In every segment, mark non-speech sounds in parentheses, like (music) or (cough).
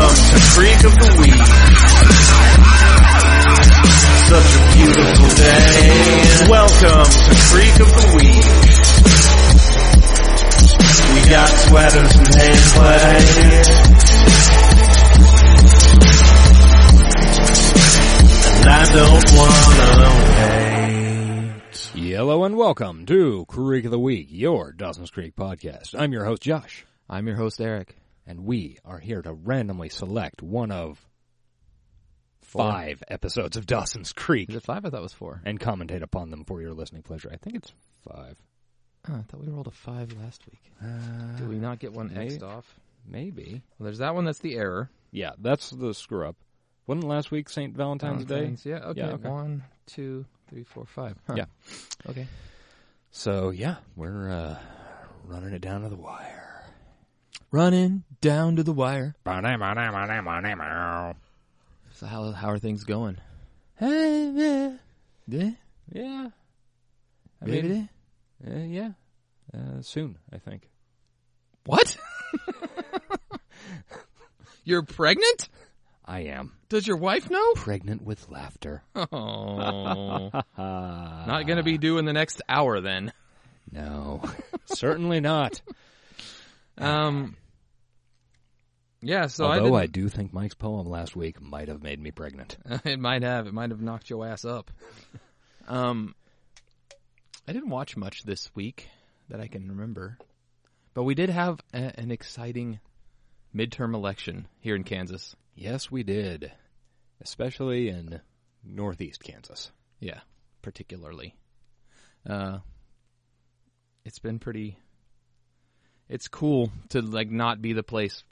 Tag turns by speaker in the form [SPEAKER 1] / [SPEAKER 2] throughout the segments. [SPEAKER 1] freak of the week. Such a beautiful day. Welcome to Freak of the Week. We got sweaters and hand play. And I don't wanna wait.
[SPEAKER 2] Yellow and welcome to Creek of the Week, your Dawson's Creek podcast. I'm your host, Josh,
[SPEAKER 3] I'm your host, Eric.
[SPEAKER 2] and we are here to randomly select one of five episodes of Dawson's Creek
[SPEAKER 3] Is it five? I thought it was four.
[SPEAKER 2] and commentate upon them for your listening pleasure. I think it's five.
[SPEAKER 3] Oh, I thought we rolled a five last week.
[SPEAKER 2] Uh,
[SPEAKER 3] Did we not get one
[SPEAKER 2] maybe.
[SPEAKER 3] X'd off?
[SPEAKER 2] Maybe.
[SPEAKER 3] Well, there's that one. That's the error.
[SPEAKER 2] Yeah, that's the screw up. Wasn't last week St. Valentine's, Day?
[SPEAKER 3] Valentine's, Yeah. Okay.
[SPEAKER 2] Yeah, okay.
[SPEAKER 3] One, two, three, four, five. Huh.
[SPEAKER 2] Yeah.
[SPEAKER 3] Okay.
[SPEAKER 2] So, yeah, we're uh, running it down to the wire.
[SPEAKER 3] Running down to the wire.
[SPEAKER 2] Yeah.
[SPEAKER 3] So how how are things going?
[SPEAKER 2] I mean, Uh, yeah, uh, soon I think.
[SPEAKER 3] what? (laughs) You're pregnant?
[SPEAKER 2] I am
[SPEAKER 3] Does your wife
[SPEAKER 2] (laughs)
[SPEAKER 3] know?
[SPEAKER 2] pregnant with (laughs) laughter.
[SPEAKER 3] Oh,
[SPEAKER 2] Uh,
[SPEAKER 3] not gonna be due in the next hour then.
[SPEAKER 2] no, certainly (laughs) not.
[SPEAKER 3] Um. Yeah. So I
[SPEAKER 2] Ah. Although
[SPEAKER 3] didn't-
[SPEAKER 2] I, do think Mike's poem last week might have made me pregnant.
[SPEAKER 3] (laughs) it might have. It might have knocked your ass up. (laughs) Um, I didn't watch much this week that I can remember, but we did have a, an exciting midterm election here in Kansas.
[SPEAKER 2] Yes, we did, especially in northeast Kansas.
[SPEAKER 3] Yeah, particularly. Uh, it's been pretty. It's cool to like not be the place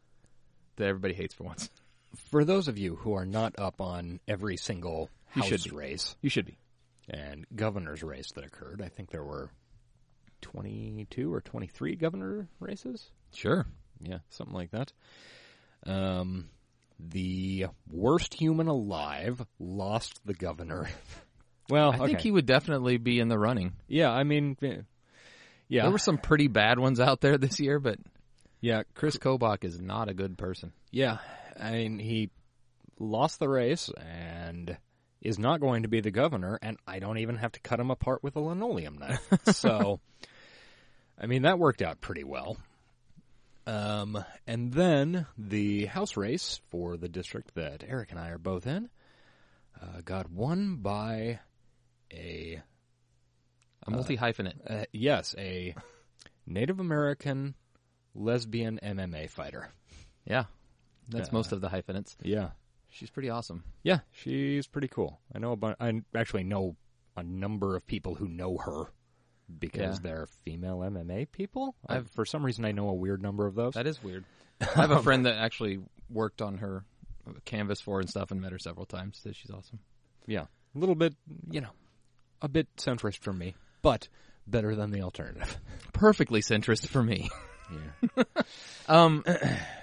[SPEAKER 3] that everybody hates for once. (laughs)
[SPEAKER 2] For those of you who are not up on every single
[SPEAKER 3] You
[SPEAKER 2] house
[SPEAKER 3] should be.
[SPEAKER 2] race
[SPEAKER 3] You should be.
[SPEAKER 2] and governor's race that occurred, I think there were twenty-two or twenty-three governor races.
[SPEAKER 3] Sure.
[SPEAKER 2] Yeah, something like that. Um, the worst human alive lost the governor. (laughs) well,
[SPEAKER 3] I think he would definitely be in the running.
[SPEAKER 2] Yeah, I mean, yeah, yeah,
[SPEAKER 3] There were some pretty bad ones out there this year, but
[SPEAKER 2] yeah,
[SPEAKER 3] Chris Kobach is not a good person.
[SPEAKER 2] yeah. I mean, he lost the race and is not going to be the governor, and I don't even have to cut him apart with a linoleum knife. so, I mean, that worked out pretty well. Um, and then the house race for the district that Eric and I are both in uh, got won by a
[SPEAKER 3] A multi hyphenate.
[SPEAKER 2] uh, yes a Native American lesbian MMA fighter.
[SPEAKER 3] Yeah. That's
[SPEAKER 2] Uh,
[SPEAKER 3] most of the hyphenates.
[SPEAKER 2] Yeah.
[SPEAKER 3] She's pretty awesome.
[SPEAKER 2] Yeah, she's pretty cool. I know about. I actually know a number of people who know her because
[SPEAKER 3] Yeah.
[SPEAKER 2] they're female MMA people. i
[SPEAKER 3] I've-
[SPEAKER 2] for some reason, I know a weird number of those.
[SPEAKER 3] That is weird. (laughs) Um, I have a friend that actually worked on her canvas for and stuff and met her several times. Says she's awesome.
[SPEAKER 2] yeah, a little bit, you know, a bit centrist for me, but better than the alternative.
[SPEAKER 3] Perfectly centrist for (laughs) me.
[SPEAKER 2] Yeah,
[SPEAKER 3] Um,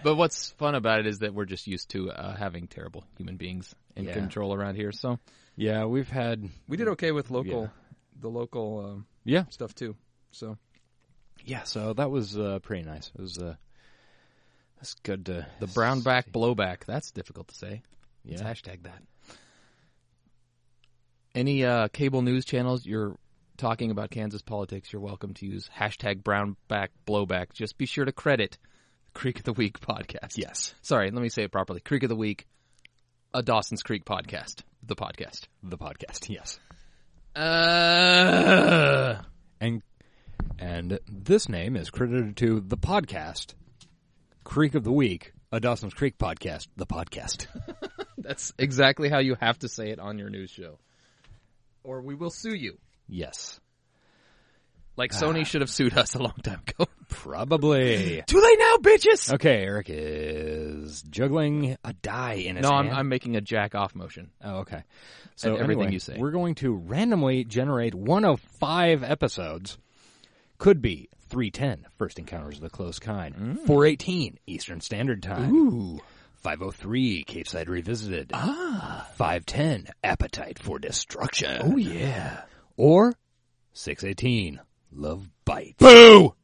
[SPEAKER 3] but what's fun about it is that we're just used to uh, having terrible human beings in
[SPEAKER 2] Yeah.
[SPEAKER 3] control around here. So
[SPEAKER 2] (laughs) yeah, we've had.
[SPEAKER 3] we did okay with
[SPEAKER 2] local-
[SPEAKER 3] the local um,
[SPEAKER 2] Yeah,
[SPEAKER 3] stuff too. So
[SPEAKER 2] yeah. So that was uh, pretty nice. It was. Uh, it's good to
[SPEAKER 3] the brown back blowback. That's difficult to say. Let's
[SPEAKER 2] Yeah.
[SPEAKER 3] hashtag that. Any uh, cable news channels you're talking about Kansas politics, you're welcome to use hashtag brownback blowback. Just be sure to credit the Creek of the Week podcast.
[SPEAKER 2] Yes,
[SPEAKER 3] Sorry, let me say it properly. Creek of the Week, a Dawson's Creek podcast. The podcast.
[SPEAKER 2] the podcast. (laughs) Yes.
[SPEAKER 3] Uh,
[SPEAKER 2] (coughs) and and this name is credited to the podcast Creek of the Week, a Dawson's Creek podcast, the podcast. (laughs)
[SPEAKER 3] that's exactly how you have to say it on your news show. Or we will sue you.
[SPEAKER 2] yes,
[SPEAKER 3] Like Sony should have sued us a long time ago. (laughs)
[SPEAKER 2] probably.
[SPEAKER 3] Ah. Do they now, bitches?
[SPEAKER 2] Okay, Eric is juggling a die in his
[SPEAKER 3] No, I'm,
[SPEAKER 2] hand.
[SPEAKER 3] I'm making a jack off motion.
[SPEAKER 2] Oh, okay. So
[SPEAKER 3] And everything
[SPEAKER 2] anyway,
[SPEAKER 3] you say.
[SPEAKER 2] we're going to randomly generate one of five episodes. Could be 310, First Encounters of the Close Kind, 418, Eastern Standard Time, 503, Capeside Revisited, ah. 510, Appetite for Destruction. Oh, yeah. Or 618, Love Bites. (laughs) Boo!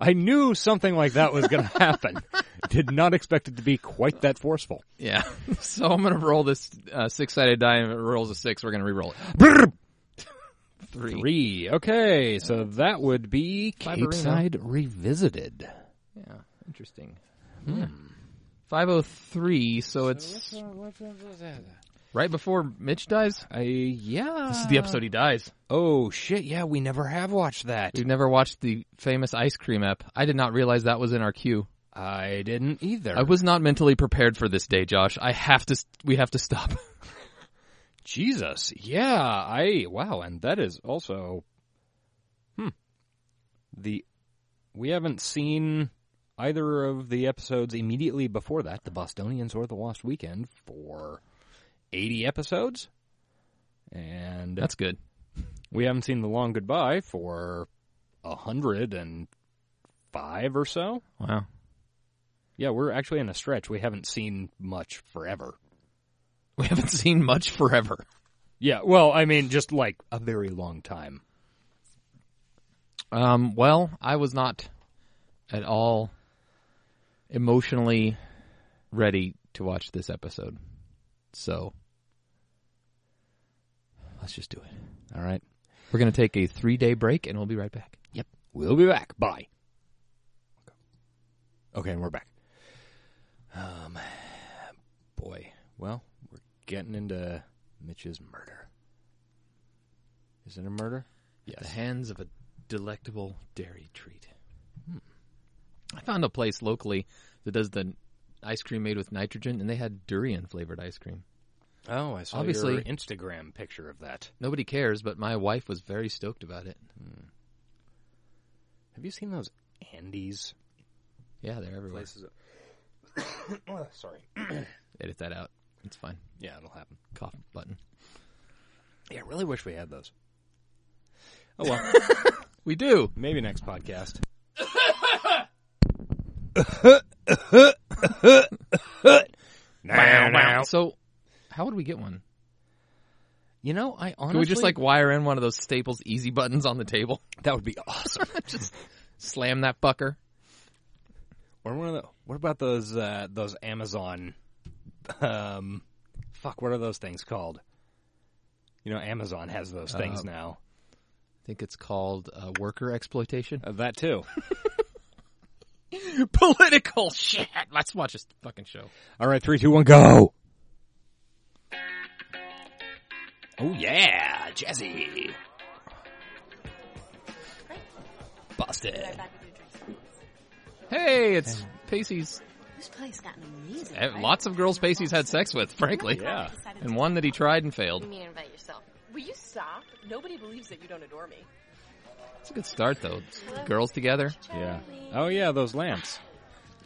[SPEAKER 2] I knew something like that was going to (laughs) happen. did not expect it to be quite that forceful.
[SPEAKER 3] Yeah. (laughs) So I'm gonna roll this uh, six-sided die, and if it rolls a six, we're gonna re-roll it. Three.
[SPEAKER 2] Three. Okay, so that would be
[SPEAKER 3] Fiberino.
[SPEAKER 2] Capeside Revisited.
[SPEAKER 3] Yeah. Interesting. Five oh three. So uh, it's right before Mitch dies.
[SPEAKER 2] Uh, yeah.
[SPEAKER 3] This is the episode he dies.
[SPEAKER 2] Oh shit! Yeah, we never have watched that.
[SPEAKER 3] We've never watched the famous ice cream app. I did not realize that was in our queue.
[SPEAKER 2] I didn't either.
[SPEAKER 3] I was not mentally prepared for this day, Josh. I have to. St- we have to stop. (laughs)
[SPEAKER 2] Jesus. Yeah. I wow. And that is also, hmm. The we haven't seen either of the episodes immediately before that, the Bostonians or the Lost Weekend, for eighty episodes, and
[SPEAKER 3] That's good.
[SPEAKER 2] we haven't seen the Long Goodbye for a hundred and five or so.
[SPEAKER 3] Wow.
[SPEAKER 2] Yeah, we're actually in a stretch. We haven't seen much forever.
[SPEAKER 3] We haven't seen much forever.
[SPEAKER 2] Yeah, well, I mean, just like a very long time.
[SPEAKER 3] Um, well, I was not at all emotionally ready to watch this episode. So let's just do it.
[SPEAKER 2] All right.
[SPEAKER 3] We're going to take a three day break and we'll be right back.
[SPEAKER 2] Yep. We'll be back. Bye. Okay, and we're back. Um, boy. Well, we're getting into Mitch's murder. Is it a murder?
[SPEAKER 3] Yes. The hands of a delectable dairy treat. Hmm. I found a place locally that does the ice cream made with nitrogen and they had durian flavored ice cream.
[SPEAKER 2] Oh, I saw
[SPEAKER 3] Obviously-
[SPEAKER 2] your Instagram picture of that.
[SPEAKER 3] Nobody cares, but my wife was very stoked about it.
[SPEAKER 2] Have you seen those Andes
[SPEAKER 3] Yeah, they're everywhere.
[SPEAKER 2] places? Sorry.
[SPEAKER 3] Edit that out. It's fine.
[SPEAKER 2] Yeah, it'll happen.
[SPEAKER 3] Cough button.
[SPEAKER 2] Yeah, I really wish we had those. Oh well,
[SPEAKER 3] (laughs) We do.
[SPEAKER 2] maybe next podcast. now,
[SPEAKER 3] So, how would we get one?
[SPEAKER 2] You know, I honestly
[SPEAKER 3] Could we just like wire in one of those Staples easy buttons on the table? (laughs)
[SPEAKER 2] that would be awesome.
[SPEAKER 3] just slam that bucker.
[SPEAKER 2] Or one of the, what about those uh, those Amazon um fuck, what are those things called? You know, Amazon has those things
[SPEAKER 3] Uh,
[SPEAKER 2] now.
[SPEAKER 3] I think it's called uh, worker exploitation.
[SPEAKER 2] Uh, that too.
[SPEAKER 3] (laughs) Political shit. Let's watch this fucking show.
[SPEAKER 2] All right, three, two, one, go. Oh yeah, Jazzy. Busted.
[SPEAKER 3] Hey, it's Pacey's.
[SPEAKER 4] This place got an amazing.
[SPEAKER 3] eh, Lots of girls Pacey's had sex with, frankly.
[SPEAKER 2] Yeah.
[SPEAKER 3] And one that he tried and
[SPEAKER 4] You
[SPEAKER 3] failed.
[SPEAKER 4] mean about yourself?
[SPEAKER 5] Will you stop? Nobody believes that you don't adore me.
[SPEAKER 3] It's a good start though. Girls together.
[SPEAKER 2] Yeah. Oh yeah, those lamps.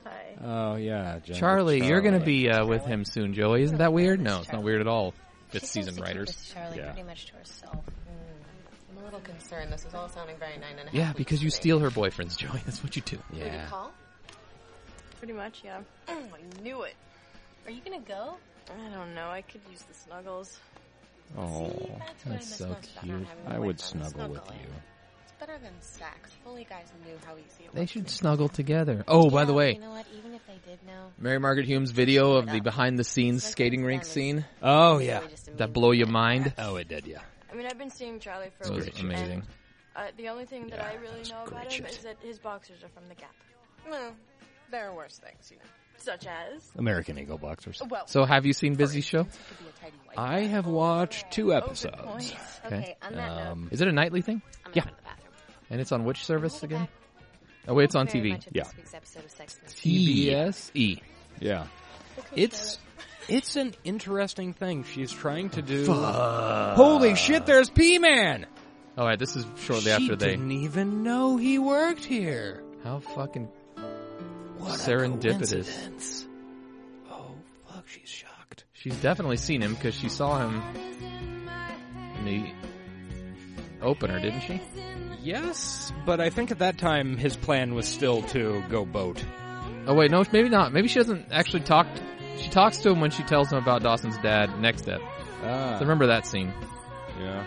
[SPEAKER 5] Hi.
[SPEAKER 2] Oh yeah, Jazzy.
[SPEAKER 3] Charlie, you're gonna be uh, with him soon, Joey. Isn't that weird? No, it's not weird at all.
[SPEAKER 4] She
[SPEAKER 3] Fifth
[SPEAKER 4] seems
[SPEAKER 3] season
[SPEAKER 4] to keep
[SPEAKER 3] writers.
[SPEAKER 4] this Charlie
[SPEAKER 2] Yeah.
[SPEAKER 4] pretty much to herself.
[SPEAKER 5] I'm a little concerned. This is all sounding very nine and a half.
[SPEAKER 3] Yeah, because you steal her boyfriends, Joey. That's what you do.
[SPEAKER 5] Did
[SPEAKER 2] Yeah.
[SPEAKER 5] you call?
[SPEAKER 6] Pretty much, yeah.
[SPEAKER 5] Mm, I knew it.
[SPEAKER 4] Are you gonna go?
[SPEAKER 6] I don't know. I could use the snuggles.
[SPEAKER 2] Oh,
[SPEAKER 4] See, that's what I miss most about not having a
[SPEAKER 2] I would
[SPEAKER 4] boyfriend.
[SPEAKER 2] snuggle with
[SPEAKER 4] Snuggling.
[SPEAKER 2] you.
[SPEAKER 5] It's better than sex. If only guys knew how easy it
[SPEAKER 3] They
[SPEAKER 5] was.
[SPEAKER 3] should snuggle together. Oh, by the
[SPEAKER 4] Yeah,
[SPEAKER 3] way,
[SPEAKER 4] you know what? Even if they did know,
[SPEAKER 3] Mary Margaret Hume's video of the behind the scenes skating rink scene
[SPEAKER 2] Oh
[SPEAKER 4] they
[SPEAKER 2] yeah.
[SPEAKER 4] were just
[SPEAKER 3] that
[SPEAKER 4] immediately-
[SPEAKER 3] blow your mind.
[SPEAKER 2] Oh, it did, yeah.
[SPEAKER 6] I mean, I've been seeing Charlie for
[SPEAKER 3] That
[SPEAKER 6] a
[SPEAKER 3] was
[SPEAKER 6] week. And,
[SPEAKER 3] amazing.
[SPEAKER 6] uh, the only thing that
[SPEAKER 2] Yeah,
[SPEAKER 6] I
[SPEAKER 2] that
[SPEAKER 6] really
[SPEAKER 2] was
[SPEAKER 6] know about
[SPEAKER 2] great
[SPEAKER 6] him
[SPEAKER 2] shit.
[SPEAKER 6] is that his boxers are from the Gap,
[SPEAKER 5] Well, there are worse things, you know.
[SPEAKER 6] such as
[SPEAKER 2] American Eagle Boxers.
[SPEAKER 5] Well,
[SPEAKER 3] So, have you seen Busy Show?
[SPEAKER 5] it could be a tidy white.
[SPEAKER 2] I have watched two
[SPEAKER 6] good
[SPEAKER 2] episodes.
[SPEAKER 6] point.
[SPEAKER 4] Okay. On that note,
[SPEAKER 2] Um,
[SPEAKER 3] Is it a nightly thing?
[SPEAKER 4] I'm
[SPEAKER 2] yeah.
[SPEAKER 4] gonna go to the bathroom.
[SPEAKER 3] And it's on which service
[SPEAKER 4] We'll be
[SPEAKER 3] again?
[SPEAKER 4] back.
[SPEAKER 3] Oh, wait, it's on
[SPEAKER 4] Thank you
[SPEAKER 3] TV.
[SPEAKER 4] very much for
[SPEAKER 2] Yeah.
[SPEAKER 4] This week's episode of Sex and the City.
[SPEAKER 3] TBS E.
[SPEAKER 2] yeah. It's it's an interesting thing she's trying to do. Holy shit, there's P-Man.
[SPEAKER 3] All right, this is shortly
[SPEAKER 2] She
[SPEAKER 3] after they.
[SPEAKER 2] didn't even know he worked here.
[SPEAKER 3] How fucking
[SPEAKER 2] What a
[SPEAKER 3] serendipitous!
[SPEAKER 2] coincidence. Oh fuck, she's shocked.
[SPEAKER 3] She's definitely seen him because she saw him in the opener, didn't she?
[SPEAKER 2] Yes, but I think at that time his plan was still to go boat.
[SPEAKER 3] Oh wait, no, maybe not. Maybe she doesn't actually talk. She talks to him when she tells him about Dawson's dad. Next step.
[SPEAKER 2] Ah,
[SPEAKER 3] So remember that scene.
[SPEAKER 2] yeah.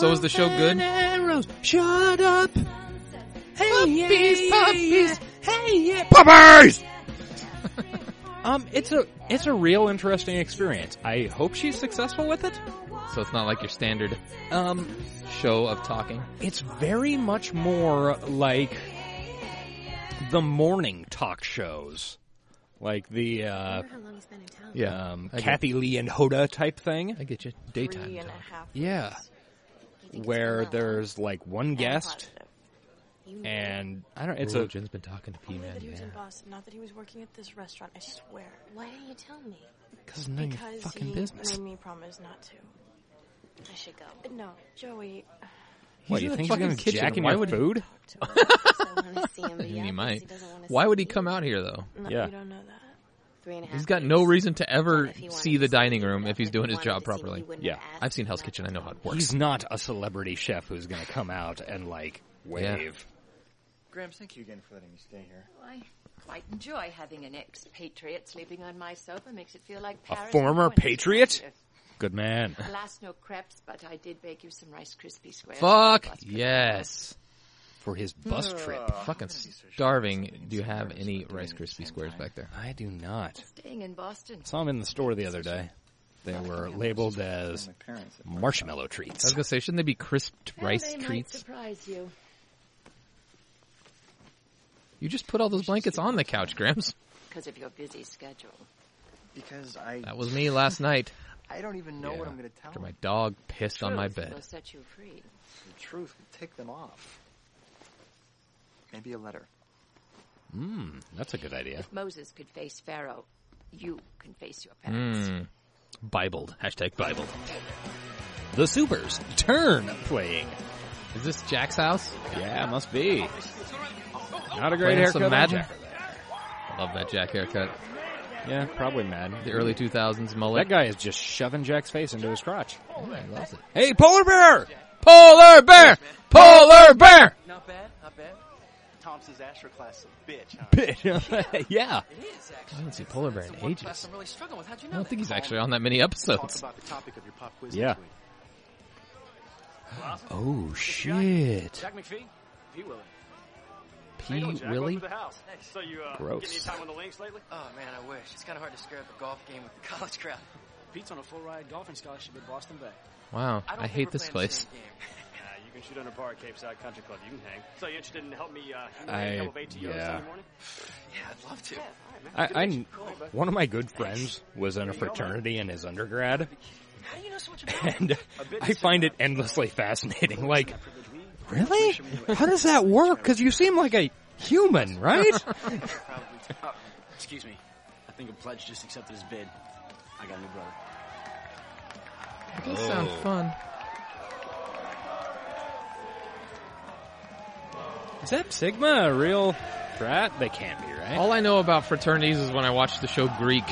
[SPEAKER 3] So is the show good?
[SPEAKER 2] Arrows, shut up. puppies, puppies. Hey, yeah. (laughs)
[SPEAKER 3] Puppies!
[SPEAKER 2] Um, it's a it's a real interesting experience. I hope she's successful with it.
[SPEAKER 3] So it's not like your standard
[SPEAKER 2] Um,
[SPEAKER 3] show of talking.
[SPEAKER 2] it's very much more like the morning talk shows, like the uh,
[SPEAKER 7] how long he's been in town.
[SPEAKER 2] um,
[SPEAKER 3] I get-
[SPEAKER 2] Kathy Lee and Hoda type thing.
[SPEAKER 3] I get you.
[SPEAKER 8] Three
[SPEAKER 3] Daytime
[SPEAKER 8] and
[SPEAKER 3] talk.
[SPEAKER 8] a half.
[SPEAKER 2] Yeah,
[SPEAKER 7] You think it's
[SPEAKER 2] where
[SPEAKER 7] been that long?
[SPEAKER 2] there's like one guest
[SPEAKER 8] Positive.
[SPEAKER 9] Mm-hmm.
[SPEAKER 7] You know
[SPEAKER 2] and I don't. It's
[SPEAKER 3] Ooh,
[SPEAKER 2] a
[SPEAKER 3] Jen's been talking to
[SPEAKER 8] Only that
[SPEAKER 3] P-Man.
[SPEAKER 8] he was in
[SPEAKER 3] yeah.
[SPEAKER 8] Boston, not that he was working at this restaurant. I swear.
[SPEAKER 7] it. Why didn't you tell me?
[SPEAKER 2] because none of your
[SPEAKER 8] because
[SPEAKER 2] fucking
[SPEAKER 8] he
[SPEAKER 2] business.
[SPEAKER 8] made me promise not to.
[SPEAKER 7] I should go.
[SPEAKER 8] But no, Joey.
[SPEAKER 6] uh,
[SPEAKER 2] What
[SPEAKER 3] He's
[SPEAKER 2] you
[SPEAKER 3] in the
[SPEAKER 2] think he's
[SPEAKER 3] fucking
[SPEAKER 2] gonna
[SPEAKER 3] kitchen.
[SPEAKER 2] jack in
[SPEAKER 3] Why
[SPEAKER 2] your
[SPEAKER 3] would he-
[SPEAKER 2] food?
[SPEAKER 7] To him,
[SPEAKER 2] (laughs)
[SPEAKER 7] 'cause I want to see
[SPEAKER 3] (laughs)
[SPEAKER 7] him. But yeah,
[SPEAKER 3] He
[SPEAKER 7] 'cause
[SPEAKER 3] might.
[SPEAKER 7] doesn't wanna Mm.
[SPEAKER 3] Why
[SPEAKER 7] see
[SPEAKER 3] would he
[SPEAKER 7] me.
[SPEAKER 3] come out here though?
[SPEAKER 8] No,
[SPEAKER 2] Yeah.
[SPEAKER 8] you don't know that.
[SPEAKER 7] Three and a half
[SPEAKER 3] He's got no
[SPEAKER 7] years.
[SPEAKER 3] reason to ever
[SPEAKER 7] If he wanted
[SPEAKER 3] see
[SPEAKER 7] to
[SPEAKER 3] the dining
[SPEAKER 7] me,
[SPEAKER 3] room
[SPEAKER 7] though,
[SPEAKER 3] if he's doing
[SPEAKER 7] he
[SPEAKER 3] his
[SPEAKER 7] wanted to
[SPEAKER 3] job
[SPEAKER 7] see me, he
[SPEAKER 3] properly.
[SPEAKER 7] wouldn't
[SPEAKER 2] Yeah.
[SPEAKER 7] have asked
[SPEAKER 3] I've seen
[SPEAKER 7] me
[SPEAKER 3] Hell's
[SPEAKER 7] not
[SPEAKER 3] Kitchen.
[SPEAKER 7] to
[SPEAKER 3] I know how
[SPEAKER 7] come.
[SPEAKER 3] it works.
[SPEAKER 2] He's not a celebrity chef who's gonna come out and like wave.
[SPEAKER 10] Grams, thank you again for letting me stay here.
[SPEAKER 9] I quite enjoy having an expatriate sleeping on my sofa. Makes it feel like
[SPEAKER 2] A
[SPEAKER 9] Paris.
[SPEAKER 2] former
[SPEAKER 9] and Buenos
[SPEAKER 2] patriot?
[SPEAKER 9] Aires.
[SPEAKER 2] Good man.
[SPEAKER 9] Alas, no crepes, but I did bake you some Rice Krispie squares.
[SPEAKER 3] Fuck
[SPEAKER 9] Bus trip.
[SPEAKER 3] yes.
[SPEAKER 2] for his bus trip.
[SPEAKER 3] Fucking starving. Do you have any Rice Krispie squares back there?
[SPEAKER 2] I do not.
[SPEAKER 9] Staying in Boston.
[SPEAKER 2] Saw him in the store the other day. They were labeled as
[SPEAKER 10] My parents. at first.
[SPEAKER 2] marshmallow
[SPEAKER 3] I was
[SPEAKER 2] treats.
[SPEAKER 3] gonna say, shouldn't they be crisped
[SPEAKER 9] Well,
[SPEAKER 3] rice
[SPEAKER 9] they Might
[SPEAKER 3] treats?
[SPEAKER 9] surprise you.
[SPEAKER 3] You just put all those blankets on the couch, Grims.
[SPEAKER 9] Because of your busy schedule.
[SPEAKER 10] Because I,
[SPEAKER 3] That was me
[SPEAKER 9] (laughs)
[SPEAKER 3] last night
[SPEAKER 10] I don't even know
[SPEAKER 3] Yeah.
[SPEAKER 10] what I'm going to tell
[SPEAKER 3] after my
[SPEAKER 10] them.
[SPEAKER 3] dog pissed on my
[SPEAKER 9] Truth Will
[SPEAKER 3] bed.
[SPEAKER 9] set you free.
[SPEAKER 10] The truth will tick them off. Maybe a letter.
[SPEAKER 2] That's a good idea.
[SPEAKER 9] If Moses could face Pharaoh, you can face your parents.
[SPEAKER 3] Hmm.
[SPEAKER 2] Bibled. Hashtag Bibled. The Supers. Turn playing.
[SPEAKER 3] Is this Jack's house?
[SPEAKER 2] Yeah, must be. Not a great
[SPEAKER 3] Playing
[SPEAKER 2] haircut.
[SPEAKER 3] some
[SPEAKER 2] on
[SPEAKER 3] Madden?
[SPEAKER 2] Jack there.
[SPEAKER 3] I love that Jack haircut.
[SPEAKER 2] Yeah, probably Madden.
[SPEAKER 3] The early 2000s mullet.
[SPEAKER 2] Mm-hmm. That guy is just shoving Jack's face into his crotch.
[SPEAKER 3] guy loves it.
[SPEAKER 2] Hey, polar bear!
[SPEAKER 3] Polar bear! Polar (laughs) bear!
[SPEAKER 10] Not bad, not bad. Thompson's Astro class a bitch, huh?
[SPEAKER 2] yeah.
[SPEAKER 3] I haven't seen polar bear in ages.
[SPEAKER 10] really struggling with. How'd you
[SPEAKER 3] I don't think he's actually on that many episodes.
[SPEAKER 10] about the topic of your pop quiz
[SPEAKER 2] Yeah. next week. Oh shit.
[SPEAKER 1] Jack McPhee? P. Willie.
[SPEAKER 3] P. Willie?
[SPEAKER 1] the house. Hey, so you, uh,
[SPEAKER 2] Gross.
[SPEAKER 1] getting any time on the links lately?
[SPEAKER 10] Oh man, I wish. It's kind of hard to scare up a (laughs) golf game with the college crowd.
[SPEAKER 1] Pete's on a full ride golfing scholarship at Boston Bay.
[SPEAKER 3] Wow,
[SPEAKER 10] don't
[SPEAKER 3] I
[SPEAKER 10] think
[SPEAKER 3] hate
[SPEAKER 10] we're
[SPEAKER 3] this
[SPEAKER 10] playing the
[SPEAKER 3] place.
[SPEAKER 10] same game. (laughs)
[SPEAKER 1] Yeah, you can shoot under par at Cape Side Country Club. You can hang. So you interested in helping me, uh, hang
[SPEAKER 2] I-
[SPEAKER 1] a couple of ATOs
[SPEAKER 2] yeah.
[SPEAKER 1] Sunday morning?
[SPEAKER 10] Yeah, I'd love to.
[SPEAKER 2] I, I- one of my good friends was in a fraternity in his
[SPEAKER 1] How
[SPEAKER 2] undergrad,
[SPEAKER 1] do you know so much about
[SPEAKER 2] and I find it endlessly fascinating. Like,
[SPEAKER 1] privilege me?
[SPEAKER 2] really? How does that work? Because you seem like a human, right?
[SPEAKER 1] Probably top. Excuse me. I think a pledge just accepted his bid. I got a new brother.
[SPEAKER 3] That does sound
[SPEAKER 2] Oh.
[SPEAKER 3] fun.
[SPEAKER 2] (laughs) Is that Sigma a real frat? They can't be, right?
[SPEAKER 3] All I know about fraternities is when I watched the show Greek,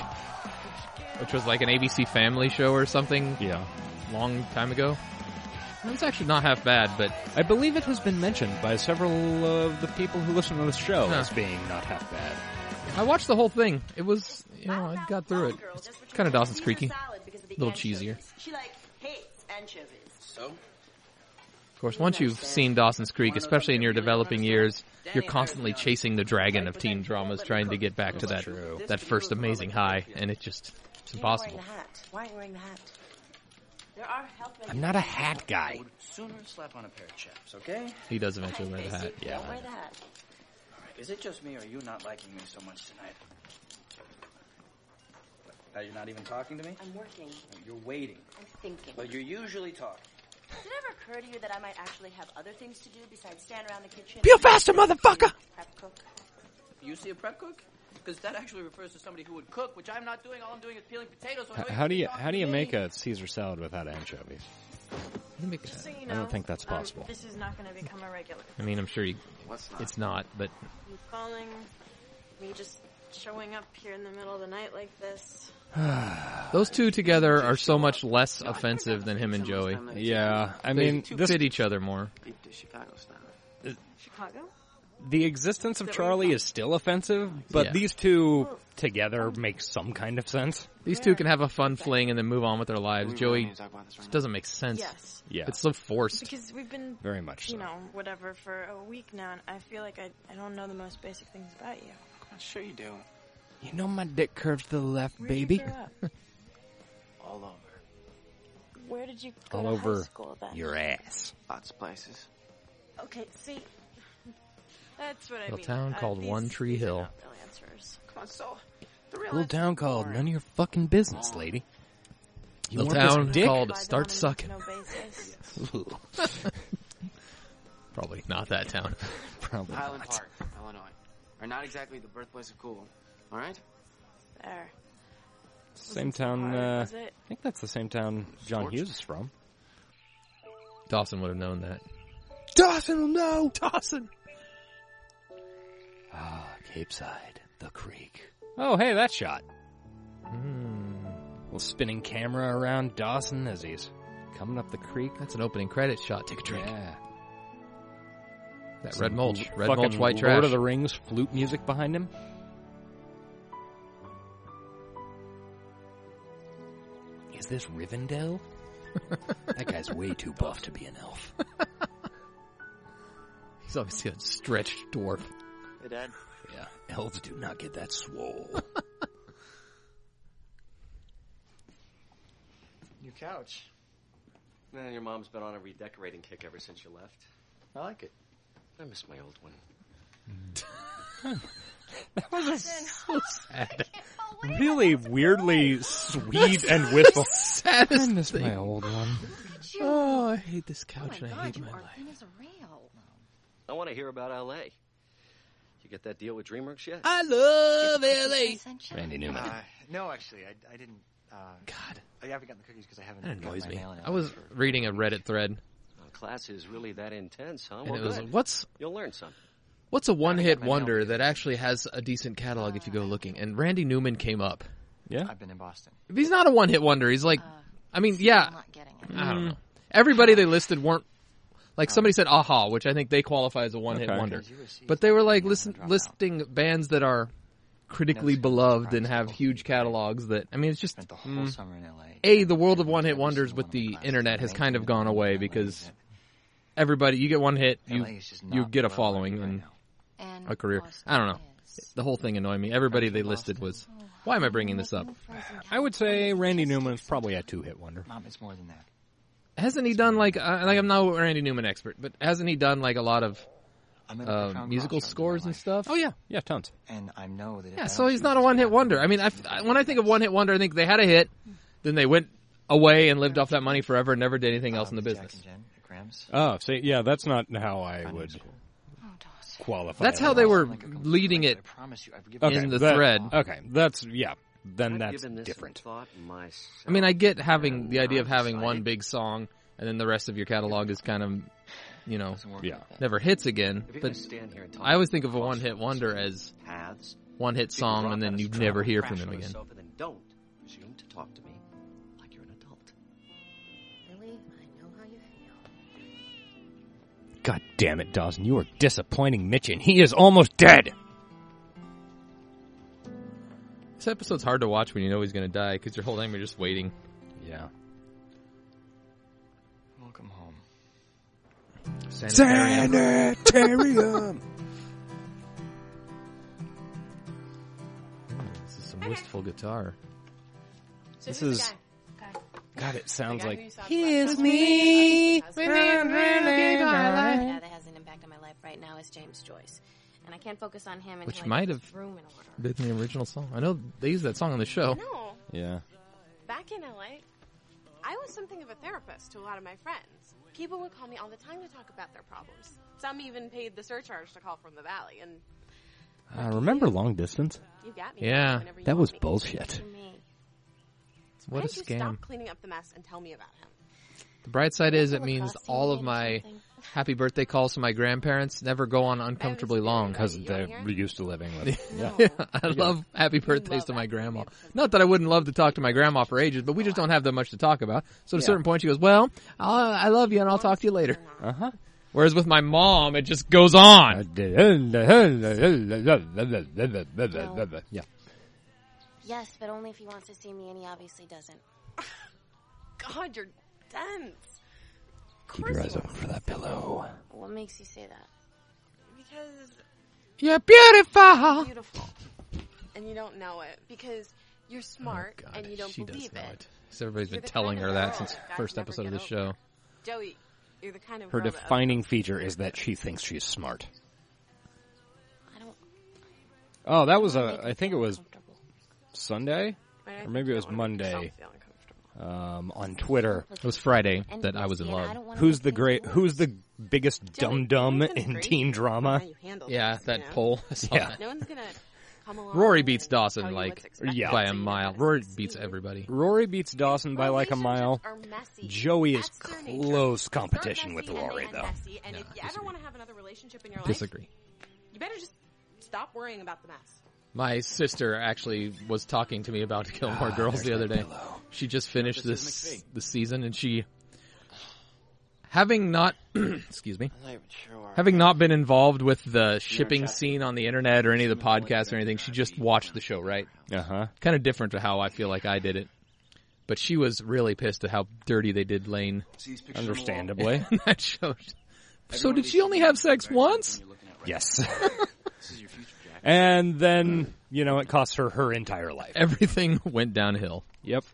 [SPEAKER 3] which was like an ABC Family show or something
[SPEAKER 2] Yeah.
[SPEAKER 3] long time ago. And It was actually not half bad, but
[SPEAKER 2] I believe it has been mentioned by several of the people who listen to the show
[SPEAKER 3] Huh.
[SPEAKER 2] as being not half bad.
[SPEAKER 3] I watched the whole thing. It was, you know, I got through it. It's kind of Dawson's Creeky. A little cheesier.
[SPEAKER 4] She like hates anchovies.
[SPEAKER 3] Of course, once you've seen Dawson's Creek, especially in your developing years, you're constantly chasing the dragon of teen dramas trying to get back to that, that first amazing high, and it just, it's
[SPEAKER 4] You're not wearing
[SPEAKER 3] impossible.
[SPEAKER 4] the hat. Why aren't you wearing the hat?
[SPEAKER 11] There are health
[SPEAKER 2] I'm not a hat guy.
[SPEAKER 10] Sooner slap on a pair of chaps, okay?
[SPEAKER 3] He does eventually wear the hat.
[SPEAKER 2] Yeah.
[SPEAKER 4] Don't wear the hat.
[SPEAKER 10] Is it just me or are you not liking me so much tonight? Now you're not even talking to me?
[SPEAKER 4] I'm working.
[SPEAKER 10] You're waiting.
[SPEAKER 4] I'm thinking.
[SPEAKER 10] But you're usually talking.
[SPEAKER 4] Did it ever occur to you that I might actually have other things to do besides stand around the kitchen? Peel faster, motherfucker! Prep cook.
[SPEAKER 12] You see a prep cook? Because that actually refers to somebody who would cook, which I'm not doing. All I'm doing is peeling potatoes.
[SPEAKER 2] H- How do you how do you make a Caesar salad without anchovies?
[SPEAKER 8] Just so you
[SPEAKER 2] I
[SPEAKER 8] know,
[SPEAKER 2] don't think that's
[SPEAKER 8] um,
[SPEAKER 2] possible.
[SPEAKER 8] this is not going to become a regular.
[SPEAKER 3] I mean, I'm sure you, it's not, but
[SPEAKER 8] You falling, me just showing up here in the middle of the night like this.
[SPEAKER 3] those two together are so much less offensive than him and Joey.
[SPEAKER 2] Yeah, I
[SPEAKER 3] They
[SPEAKER 2] mean,
[SPEAKER 3] fit each other more.
[SPEAKER 12] Chicago style.
[SPEAKER 8] Chicago?
[SPEAKER 2] the existence of Charlie is still offensive, but
[SPEAKER 3] Yeah.
[SPEAKER 2] these two together make some kind of sense.
[SPEAKER 3] These two can have a fun fling and then move on with their lives.
[SPEAKER 12] We really
[SPEAKER 3] Joey
[SPEAKER 12] need to talk about this right
[SPEAKER 3] just doesn't make sense.
[SPEAKER 6] Yes.
[SPEAKER 2] Yeah.
[SPEAKER 3] It's so forced. (laughs)
[SPEAKER 6] Because we've been
[SPEAKER 2] Very much
[SPEAKER 6] you
[SPEAKER 2] so.
[SPEAKER 6] know, whatever for a week now, and I feel like I, I don't know the most basic things about you.
[SPEAKER 12] now. Sure you do.
[SPEAKER 2] You know my dick curves to the left,
[SPEAKER 6] Where
[SPEAKER 2] baby.
[SPEAKER 6] Did you grow
[SPEAKER 2] (laughs)
[SPEAKER 6] up?
[SPEAKER 12] All over.
[SPEAKER 6] Where did you go
[SPEAKER 2] All
[SPEAKER 6] to high
[SPEAKER 2] over
[SPEAKER 6] school then?
[SPEAKER 2] Your ass.
[SPEAKER 12] Lots of places.
[SPEAKER 6] Okay, see, that's what I
[SPEAKER 3] Little
[SPEAKER 6] mean.
[SPEAKER 3] town
[SPEAKER 6] Uh,
[SPEAKER 3] called
[SPEAKER 6] these-
[SPEAKER 3] One Tree
[SPEAKER 6] these are
[SPEAKER 3] Hill.
[SPEAKER 6] not real answers.
[SPEAKER 12] Come on, so the real
[SPEAKER 2] Little town called none of your fucking business, lady. You
[SPEAKER 3] Little
[SPEAKER 2] want this
[SPEAKER 3] town
[SPEAKER 2] dick?
[SPEAKER 3] called
[SPEAKER 6] By the
[SPEAKER 3] Start
[SPEAKER 6] woman with
[SPEAKER 3] Sucking.
[SPEAKER 6] No basis.
[SPEAKER 3] Probably not that town.
[SPEAKER 2] Probably
[SPEAKER 12] Highland
[SPEAKER 2] not.
[SPEAKER 12] Park, Illinois, are not exactly the birthplace of cool. All right.
[SPEAKER 6] There.
[SPEAKER 2] Same town.
[SPEAKER 6] Hard,
[SPEAKER 2] Uh,
[SPEAKER 6] was it?
[SPEAKER 2] I think that's the same town John
[SPEAKER 12] Scorched.
[SPEAKER 2] Hughes is from.
[SPEAKER 3] Dawson would have known that.
[SPEAKER 2] Dawson will know. Dawson. Ah, Capeside, the creek. Oh, hey, that shot. Hmm. Little spinning camera around Dawson as he's coming up the creek. (laughs)
[SPEAKER 3] That's an opening credit shot. Take a drink.
[SPEAKER 2] Yeah.
[SPEAKER 3] That red mulch. Red
[SPEAKER 2] Fucking
[SPEAKER 3] mulch, white
[SPEAKER 2] Lord
[SPEAKER 3] trash.
[SPEAKER 2] of the Rings flute music behind him. Is this (laughs) Rivendell? that guy's way too buff to be an (laughs) elf.
[SPEAKER 3] He's obviously a stretched dwarf.
[SPEAKER 12] Hey, Dad.
[SPEAKER 2] Yeah, elves do not get that swole.
[SPEAKER 12] Your couch. Man, your mom's been on a redecorating kick ever since you left. I like it. I miss my old one.
[SPEAKER 2] really weirdly sweet (laughs) and wistful. I miss my old one.
[SPEAKER 3] Oh, I hate this
[SPEAKER 9] Oh
[SPEAKER 3] couch
[SPEAKER 9] my
[SPEAKER 3] and
[SPEAKER 9] god,
[SPEAKER 3] I hate
[SPEAKER 9] you
[SPEAKER 3] my
[SPEAKER 9] are
[SPEAKER 3] life.
[SPEAKER 9] thin as a rail.
[SPEAKER 12] I want to hear about LA. You get that deal with DreamWorks yet?
[SPEAKER 3] I love LA.
[SPEAKER 9] Sunshine.
[SPEAKER 2] Randy Newman.
[SPEAKER 10] Uh, no, actually, I, I didn't. Uh,
[SPEAKER 3] God,
[SPEAKER 10] I haven't gotten the cookies because I haven't.
[SPEAKER 3] that
[SPEAKER 10] gotten
[SPEAKER 3] annoys
[SPEAKER 10] my
[SPEAKER 3] me.
[SPEAKER 10] mail in
[SPEAKER 3] I was
[SPEAKER 10] for-
[SPEAKER 3] reading a Reddit thread
[SPEAKER 12] Well, class is really that intense, huh?
[SPEAKER 3] and
[SPEAKER 12] Well,
[SPEAKER 3] it was
[SPEAKER 12] good.
[SPEAKER 3] what's
[SPEAKER 12] You'll learn something.
[SPEAKER 3] what's a one hit
[SPEAKER 10] my
[SPEAKER 3] wonder
[SPEAKER 10] mail.
[SPEAKER 3] that actually has a decent catalog if you go looking. And Randy Newman came up.
[SPEAKER 2] Yeah.
[SPEAKER 10] I've been in Boston.
[SPEAKER 3] He's not a one hit wonder. He's like,
[SPEAKER 10] Uh,
[SPEAKER 3] I mean, yeah, Mm.
[SPEAKER 9] I'm not getting it.
[SPEAKER 3] I
[SPEAKER 2] Mm.
[SPEAKER 3] don't know. Everybody they listed weren't like somebody said Aha, which I think they qualify as a one hit
[SPEAKER 2] Oh. Okay.
[SPEAKER 3] wonder.
[SPEAKER 10] Because you received
[SPEAKER 3] But they were like
[SPEAKER 10] email
[SPEAKER 3] listen,
[SPEAKER 10] and dropped
[SPEAKER 3] listing bands that are critically
[SPEAKER 10] That's
[SPEAKER 3] beloved and
[SPEAKER 10] surprising.
[SPEAKER 3] have huge catalogs that I mean it's just
[SPEAKER 10] Spent the whole summer in LA.
[SPEAKER 3] Mm-hmm. A, the world of one hit
[SPEAKER 10] Every
[SPEAKER 3] wonders
[SPEAKER 10] single
[SPEAKER 3] with
[SPEAKER 10] one of my
[SPEAKER 3] the
[SPEAKER 10] classes
[SPEAKER 3] internet
[SPEAKER 10] in
[SPEAKER 3] has
[SPEAKER 10] LA
[SPEAKER 3] kind of
[SPEAKER 10] is
[SPEAKER 3] gone
[SPEAKER 10] in
[SPEAKER 3] away
[SPEAKER 10] LA,
[SPEAKER 3] because
[SPEAKER 10] isn't it?
[SPEAKER 3] everybody you get one hit, you
[SPEAKER 10] LA is just
[SPEAKER 3] you
[SPEAKER 10] not
[SPEAKER 3] get a
[SPEAKER 10] what I wanna
[SPEAKER 3] following
[SPEAKER 10] do right
[SPEAKER 3] and
[SPEAKER 10] now.
[SPEAKER 9] And
[SPEAKER 3] a career.
[SPEAKER 9] Boston
[SPEAKER 3] I don't know.
[SPEAKER 9] is-
[SPEAKER 3] The whole thing annoyed me. Everybody they listed was
[SPEAKER 10] Oh,
[SPEAKER 3] why am I bringing this up?
[SPEAKER 2] I would say Randy Newman's probably a two hit wonder.
[SPEAKER 10] Mom, it's more than that.
[SPEAKER 3] Hasn't he done like uh, like I'm not a Randy Newman expert, but hasn't he done like a lot of
[SPEAKER 10] I'm at a
[SPEAKER 3] uh,
[SPEAKER 10] profound
[SPEAKER 3] musical
[SPEAKER 10] crossroads in my
[SPEAKER 3] scores and
[SPEAKER 10] life,
[SPEAKER 3] stuff?
[SPEAKER 2] Oh, yeah. Yeah, tons.
[SPEAKER 10] And I know that. if I
[SPEAKER 3] Yeah,
[SPEAKER 10] don't
[SPEAKER 3] so he's
[SPEAKER 10] do
[SPEAKER 3] not a
[SPEAKER 10] this
[SPEAKER 3] one hit
[SPEAKER 10] path,
[SPEAKER 3] wonder. I mean, I, I- when I think of one hit wonder, I think they had a hit, then they went away and lived off that money forever and never did anything else in the
[SPEAKER 10] Bob, Jack
[SPEAKER 3] business. Uh,
[SPEAKER 10] and Jen, the Grams,
[SPEAKER 2] Oh, see, yeah, that's not how I
[SPEAKER 10] Finding
[SPEAKER 2] would
[SPEAKER 10] School.
[SPEAKER 9] Oh, Dawson.
[SPEAKER 2] qualify.
[SPEAKER 3] That's
[SPEAKER 2] it.
[SPEAKER 3] how they
[SPEAKER 10] Sound
[SPEAKER 3] were
[SPEAKER 10] like a complete
[SPEAKER 3] leading
[SPEAKER 10] freak,
[SPEAKER 3] it
[SPEAKER 10] but I promise you, I've given
[SPEAKER 2] Okay,
[SPEAKER 3] in the
[SPEAKER 2] that-
[SPEAKER 3] thread.
[SPEAKER 2] Okay, that's yeah. Then
[SPEAKER 12] I've
[SPEAKER 2] that's
[SPEAKER 12] given this some
[SPEAKER 2] different.
[SPEAKER 12] Thought myself.
[SPEAKER 3] I mean, I get having the
[SPEAKER 12] Yeah,
[SPEAKER 3] idea of having
[SPEAKER 12] I
[SPEAKER 3] one
[SPEAKER 12] did.
[SPEAKER 3] big song and then the rest of your catalog is kind of, you know,
[SPEAKER 10] Doesn't work
[SPEAKER 2] Yeah.
[SPEAKER 10] like that.
[SPEAKER 3] never hits again.
[SPEAKER 12] If you're
[SPEAKER 3] But
[SPEAKER 12] gonna stand here and talk
[SPEAKER 3] I always think of a
[SPEAKER 12] about
[SPEAKER 3] one hit wonder
[SPEAKER 12] crossroads,
[SPEAKER 3] as
[SPEAKER 12] paths,
[SPEAKER 3] one hit
[SPEAKER 12] you can
[SPEAKER 3] song
[SPEAKER 12] drop
[SPEAKER 3] and then
[SPEAKER 12] out
[SPEAKER 3] you
[SPEAKER 12] of the
[SPEAKER 3] never
[SPEAKER 12] truck,
[SPEAKER 3] hear
[SPEAKER 12] crash
[SPEAKER 3] from them
[SPEAKER 12] on the
[SPEAKER 3] again.
[SPEAKER 12] sofa, then don't presume to talk to me like you're an adult.
[SPEAKER 9] Really, I know how you feel.
[SPEAKER 2] God damn it, Dawson! You are disappointing Mitchin. He is almost dead.
[SPEAKER 3] This episode's hard to watch when you know he's going to die because your whole time you're just waiting.
[SPEAKER 2] Yeah.
[SPEAKER 10] Welcome home.
[SPEAKER 5] (laughs)
[SPEAKER 2] Sanitarium.
[SPEAKER 3] This is some wistful guitar.
[SPEAKER 5] So
[SPEAKER 2] This
[SPEAKER 5] who's
[SPEAKER 2] is-
[SPEAKER 5] the guy?
[SPEAKER 2] God, it
[SPEAKER 5] The
[SPEAKER 2] sounds
[SPEAKER 5] guy who you
[SPEAKER 2] like
[SPEAKER 5] saw at the
[SPEAKER 2] here's
[SPEAKER 5] restaurant?
[SPEAKER 2] me.
[SPEAKER 5] Has-
[SPEAKER 4] The guy that has an impact on my life right now is James Joyce, and I can't focus on him until
[SPEAKER 3] Which
[SPEAKER 4] I get
[SPEAKER 3] might
[SPEAKER 4] this
[SPEAKER 3] have-
[SPEAKER 4] room in order.
[SPEAKER 3] Than the original song. I know they used that song on the show.
[SPEAKER 6] No,
[SPEAKER 2] Yeah.
[SPEAKER 6] back in LA, I was something of a therapist to a lot of my friends. People would call me all the time to talk about their problems. Some even paid the surcharge to call from the valley, and
[SPEAKER 2] Uh, remember long distance?
[SPEAKER 6] you got me.
[SPEAKER 3] Yeah.
[SPEAKER 6] whenever you
[SPEAKER 2] That
[SPEAKER 6] want
[SPEAKER 2] was
[SPEAKER 6] me.
[SPEAKER 2] bullshit.
[SPEAKER 3] What a
[SPEAKER 6] Why don't you
[SPEAKER 3] scam.
[SPEAKER 6] Stop cleaning up the mess and tell me about him.
[SPEAKER 3] The bright side is it means all of my happy birthday calls to my grandparents never go on uncomfortably long.
[SPEAKER 2] Because they're used to living with. Yeah.
[SPEAKER 3] (laughs) I love happy birthdays to my grandma. Not that I wouldn't love to talk to my grandma for ages, but we just don't have that much to talk about. So at a certain point she goes, well, I'll, I love you and I'll talk to you later.
[SPEAKER 2] Uh huh.
[SPEAKER 13] Whereas with my mom, it just goes on.
[SPEAKER 2] (laughs) yeah.
[SPEAKER 4] Yes, but only if he wants to see me, and he obviously doesn't.
[SPEAKER 6] God, you're dense.
[SPEAKER 2] Keep your eyes open for that pillow.
[SPEAKER 4] What makes you say that?
[SPEAKER 6] Because
[SPEAKER 13] You're beautiful.
[SPEAKER 6] beautiful, and you don't know it because
[SPEAKER 3] Oh,
[SPEAKER 6] you're smart and you don't
[SPEAKER 3] she does
[SPEAKER 6] believe
[SPEAKER 3] know
[SPEAKER 6] it.
[SPEAKER 3] it. 'Cause everybody's
[SPEAKER 6] You're
[SPEAKER 3] been
[SPEAKER 6] the
[SPEAKER 3] telling
[SPEAKER 6] kind
[SPEAKER 3] her
[SPEAKER 6] of
[SPEAKER 3] that
[SPEAKER 6] girl
[SPEAKER 3] since
[SPEAKER 6] guys
[SPEAKER 3] first
[SPEAKER 6] never
[SPEAKER 3] episode
[SPEAKER 6] get
[SPEAKER 3] of the
[SPEAKER 6] over.
[SPEAKER 3] show.
[SPEAKER 6] Joey, you're the kind of
[SPEAKER 2] Her
[SPEAKER 6] girl that-
[SPEAKER 2] defining feature is that she thinks she's smart.
[SPEAKER 4] I don't.
[SPEAKER 2] Oh, that was a. I think it was Sunday, or maybe it was Monday. Um, on Twitter,
[SPEAKER 3] It was Friday that I was in love.
[SPEAKER 2] Who's the great? Who's the biggest dum dum in teen drama?
[SPEAKER 3] Yeah, that poll. (laughs) I saw
[SPEAKER 2] Yeah.
[SPEAKER 3] that.
[SPEAKER 6] no one's gonna come along.
[SPEAKER 3] Rory beats Dawson
[SPEAKER 6] you
[SPEAKER 3] like
[SPEAKER 6] expected,
[SPEAKER 3] by a mile. Rory beats everybody.
[SPEAKER 2] Rory beats Dawson by like a mile.
[SPEAKER 6] are messy.
[SPEAKER 2] Joey is
[SPEAKER 6] That's their nature.
[SPEAKER 2] close
[SPEAKER 6] They start
[SPEAKER 2] competition with
[SPEAKER 6] messy and
[SPEAKER 2] Rory,
[SPEAKER 6] they end
[SPEAKER 2] though.
[SPEAKER 6] messy, and if you ever want to have another relationship in your life,
[SPEAKER 3] Disagree.
[SPEAKER 6] You better just stop worrying about the mess.
[SPEAKER 3] My sister actually was talking to me about Gilmore
[SPEAKER 10] Ah,
[SPEAKER 3] Girls the
[SPEAKER 10] there's
[SPEAKER 3] other
[SPEAKER 10] my
[SPEAKER 3] day.
[SPEAKER 10] pillow.
[SPEAKER 3] She just finished
[SPEAKER 10] This is
[SPEAKER 3] this the season, and she, having not, (clears throat) excuse me,
[SPEAKER 10] I'm not even sure where
[SPEAKER 3] having not been involved with the shipping scene on the internet or any of the podcasts or anything, she just watched the show, right?
[SPEAKER 2] Uh huh.
[SPEAKER 3] Kind of different to how I feel like I did it, but she was really pissed at how dirty they did Lane.
[SPEAKER 10] See these pictures on the wall?
[SPEAKER 2] Understandably.
[SPEAKER 3] In (laughs) that show. So did she only have sex once?
[SPEAKER 2] Yes.
[SPEAKER 10] This is your future, Jack.
[SPEAKER 2] and then, you know, it costs her her entire life.
[SPEAKER 3] Everything (laughs) went downhill.
[SPEAKER 2] Yep.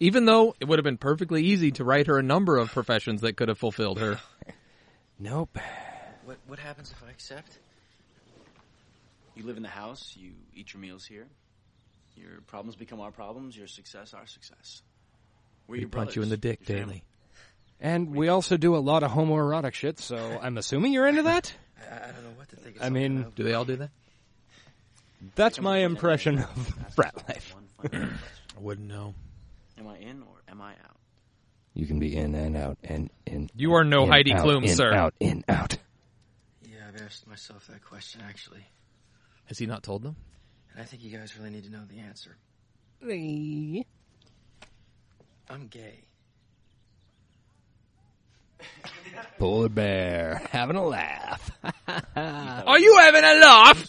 [SPEAKER 3] Even though it would have been perfectly easy to write her a number of professions that could have fulfilled her.
[SPEAKER 2] Nope.
[SPEAKER 10] What what happens if I accept?
[SPEAKER 12] You live in the house. You eat your meals here. Your problems become our problems. Your success our success. We're
[SPEAKER 3] We
[SPEAKER 12] your
[SPEAKER 3] punch you in the
[SPEAKER 12] brothers,
[SPEAKER 3] dick
[SPEAKER 12] your
[SPEAKER 3] daily.
[SPEAKER 2] And we also do a lot of homoerotic shit, so I'm assuming you're into that?
[SPEAKER 10] I, I don't know what to think. Of
[SPEAKER 2] I mean,
[SPEAKER 3] do they all do that?
[SPEAKER 2] That's my impression of (laughs) frat life.
[SPEAKER 3] I wouldn't know.
[SPEAKER 12] Am I in or am I out?
[SPEAKER 2] You can be in and out and in.
[SPEAKER 3] You are no
[SPEAKER 2] in,
[SPEAKER 3] Heidi
[SPEAKER 2] out,
[SPEAKER 3] Klum,
[SPEAKER 2] in,
[SPEAKER 3] sir.
[SPEAKER 2] Out in out.
[SPEAKER 10] yeah, I've asked myself that question actually,
[SPEAKER 3] Has he not told them?
[SPEAKER 10] and I think you guys really need to know the answer. I'm gay.
[SPEAKER 2] Polar bear having a laugh.
[SPEAKER 13] Are you having a laugh?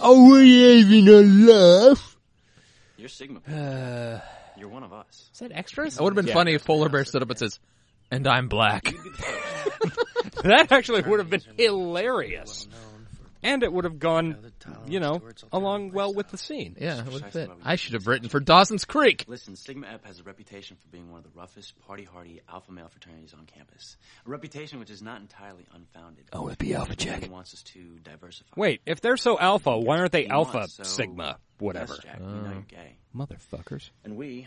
[SPEAKER 2] Oh, we having a laugh.
[SPEAKER 12] You're Sigma.
[SPEAKER 2] Uh,
[SPEAKER 12] You're one of us.
[SPEAKER 2] Is that extras?
[SPEAKER 3] That would have been
[SPEAKER 2] Yeah.
[SPEAKER 3] funny if Polar Bear stood up and says, (laughs) and I'm black.
[SPEAKER 2] that actually would have been hilarious. And it would have gone, you know, along well with the scene.
[SPEAKER 3] Yeah, it would fit. I should have written for Dawson's Creek.
[SPEAKER 12] Listen, Sigma Ep has a reputation for being one of the roughest, party-hardy alpha male fraternities on campus. A reputation which is not entirely unfounded.
[SPEAKER 2] Oh, it'd be Alpha Jack.
[SPEAKER 12] He wants us to diversify.
[SPEAKER 2] Wait, if they're so alpha, why aren't they
[SPEAKER 12] He
[SPEAKER 2] alpha,
[SPEAKER 12] wants, so-
[SPEAKER 2] sigma, whatever?
[SPEAKER 12] Yes, Jack, we know
[SPEAKER 3] Uh,
[SPEAKER 12] you're gay.
[SPEAKER 2] Motherfuckers.
[SPEAKER 12] And we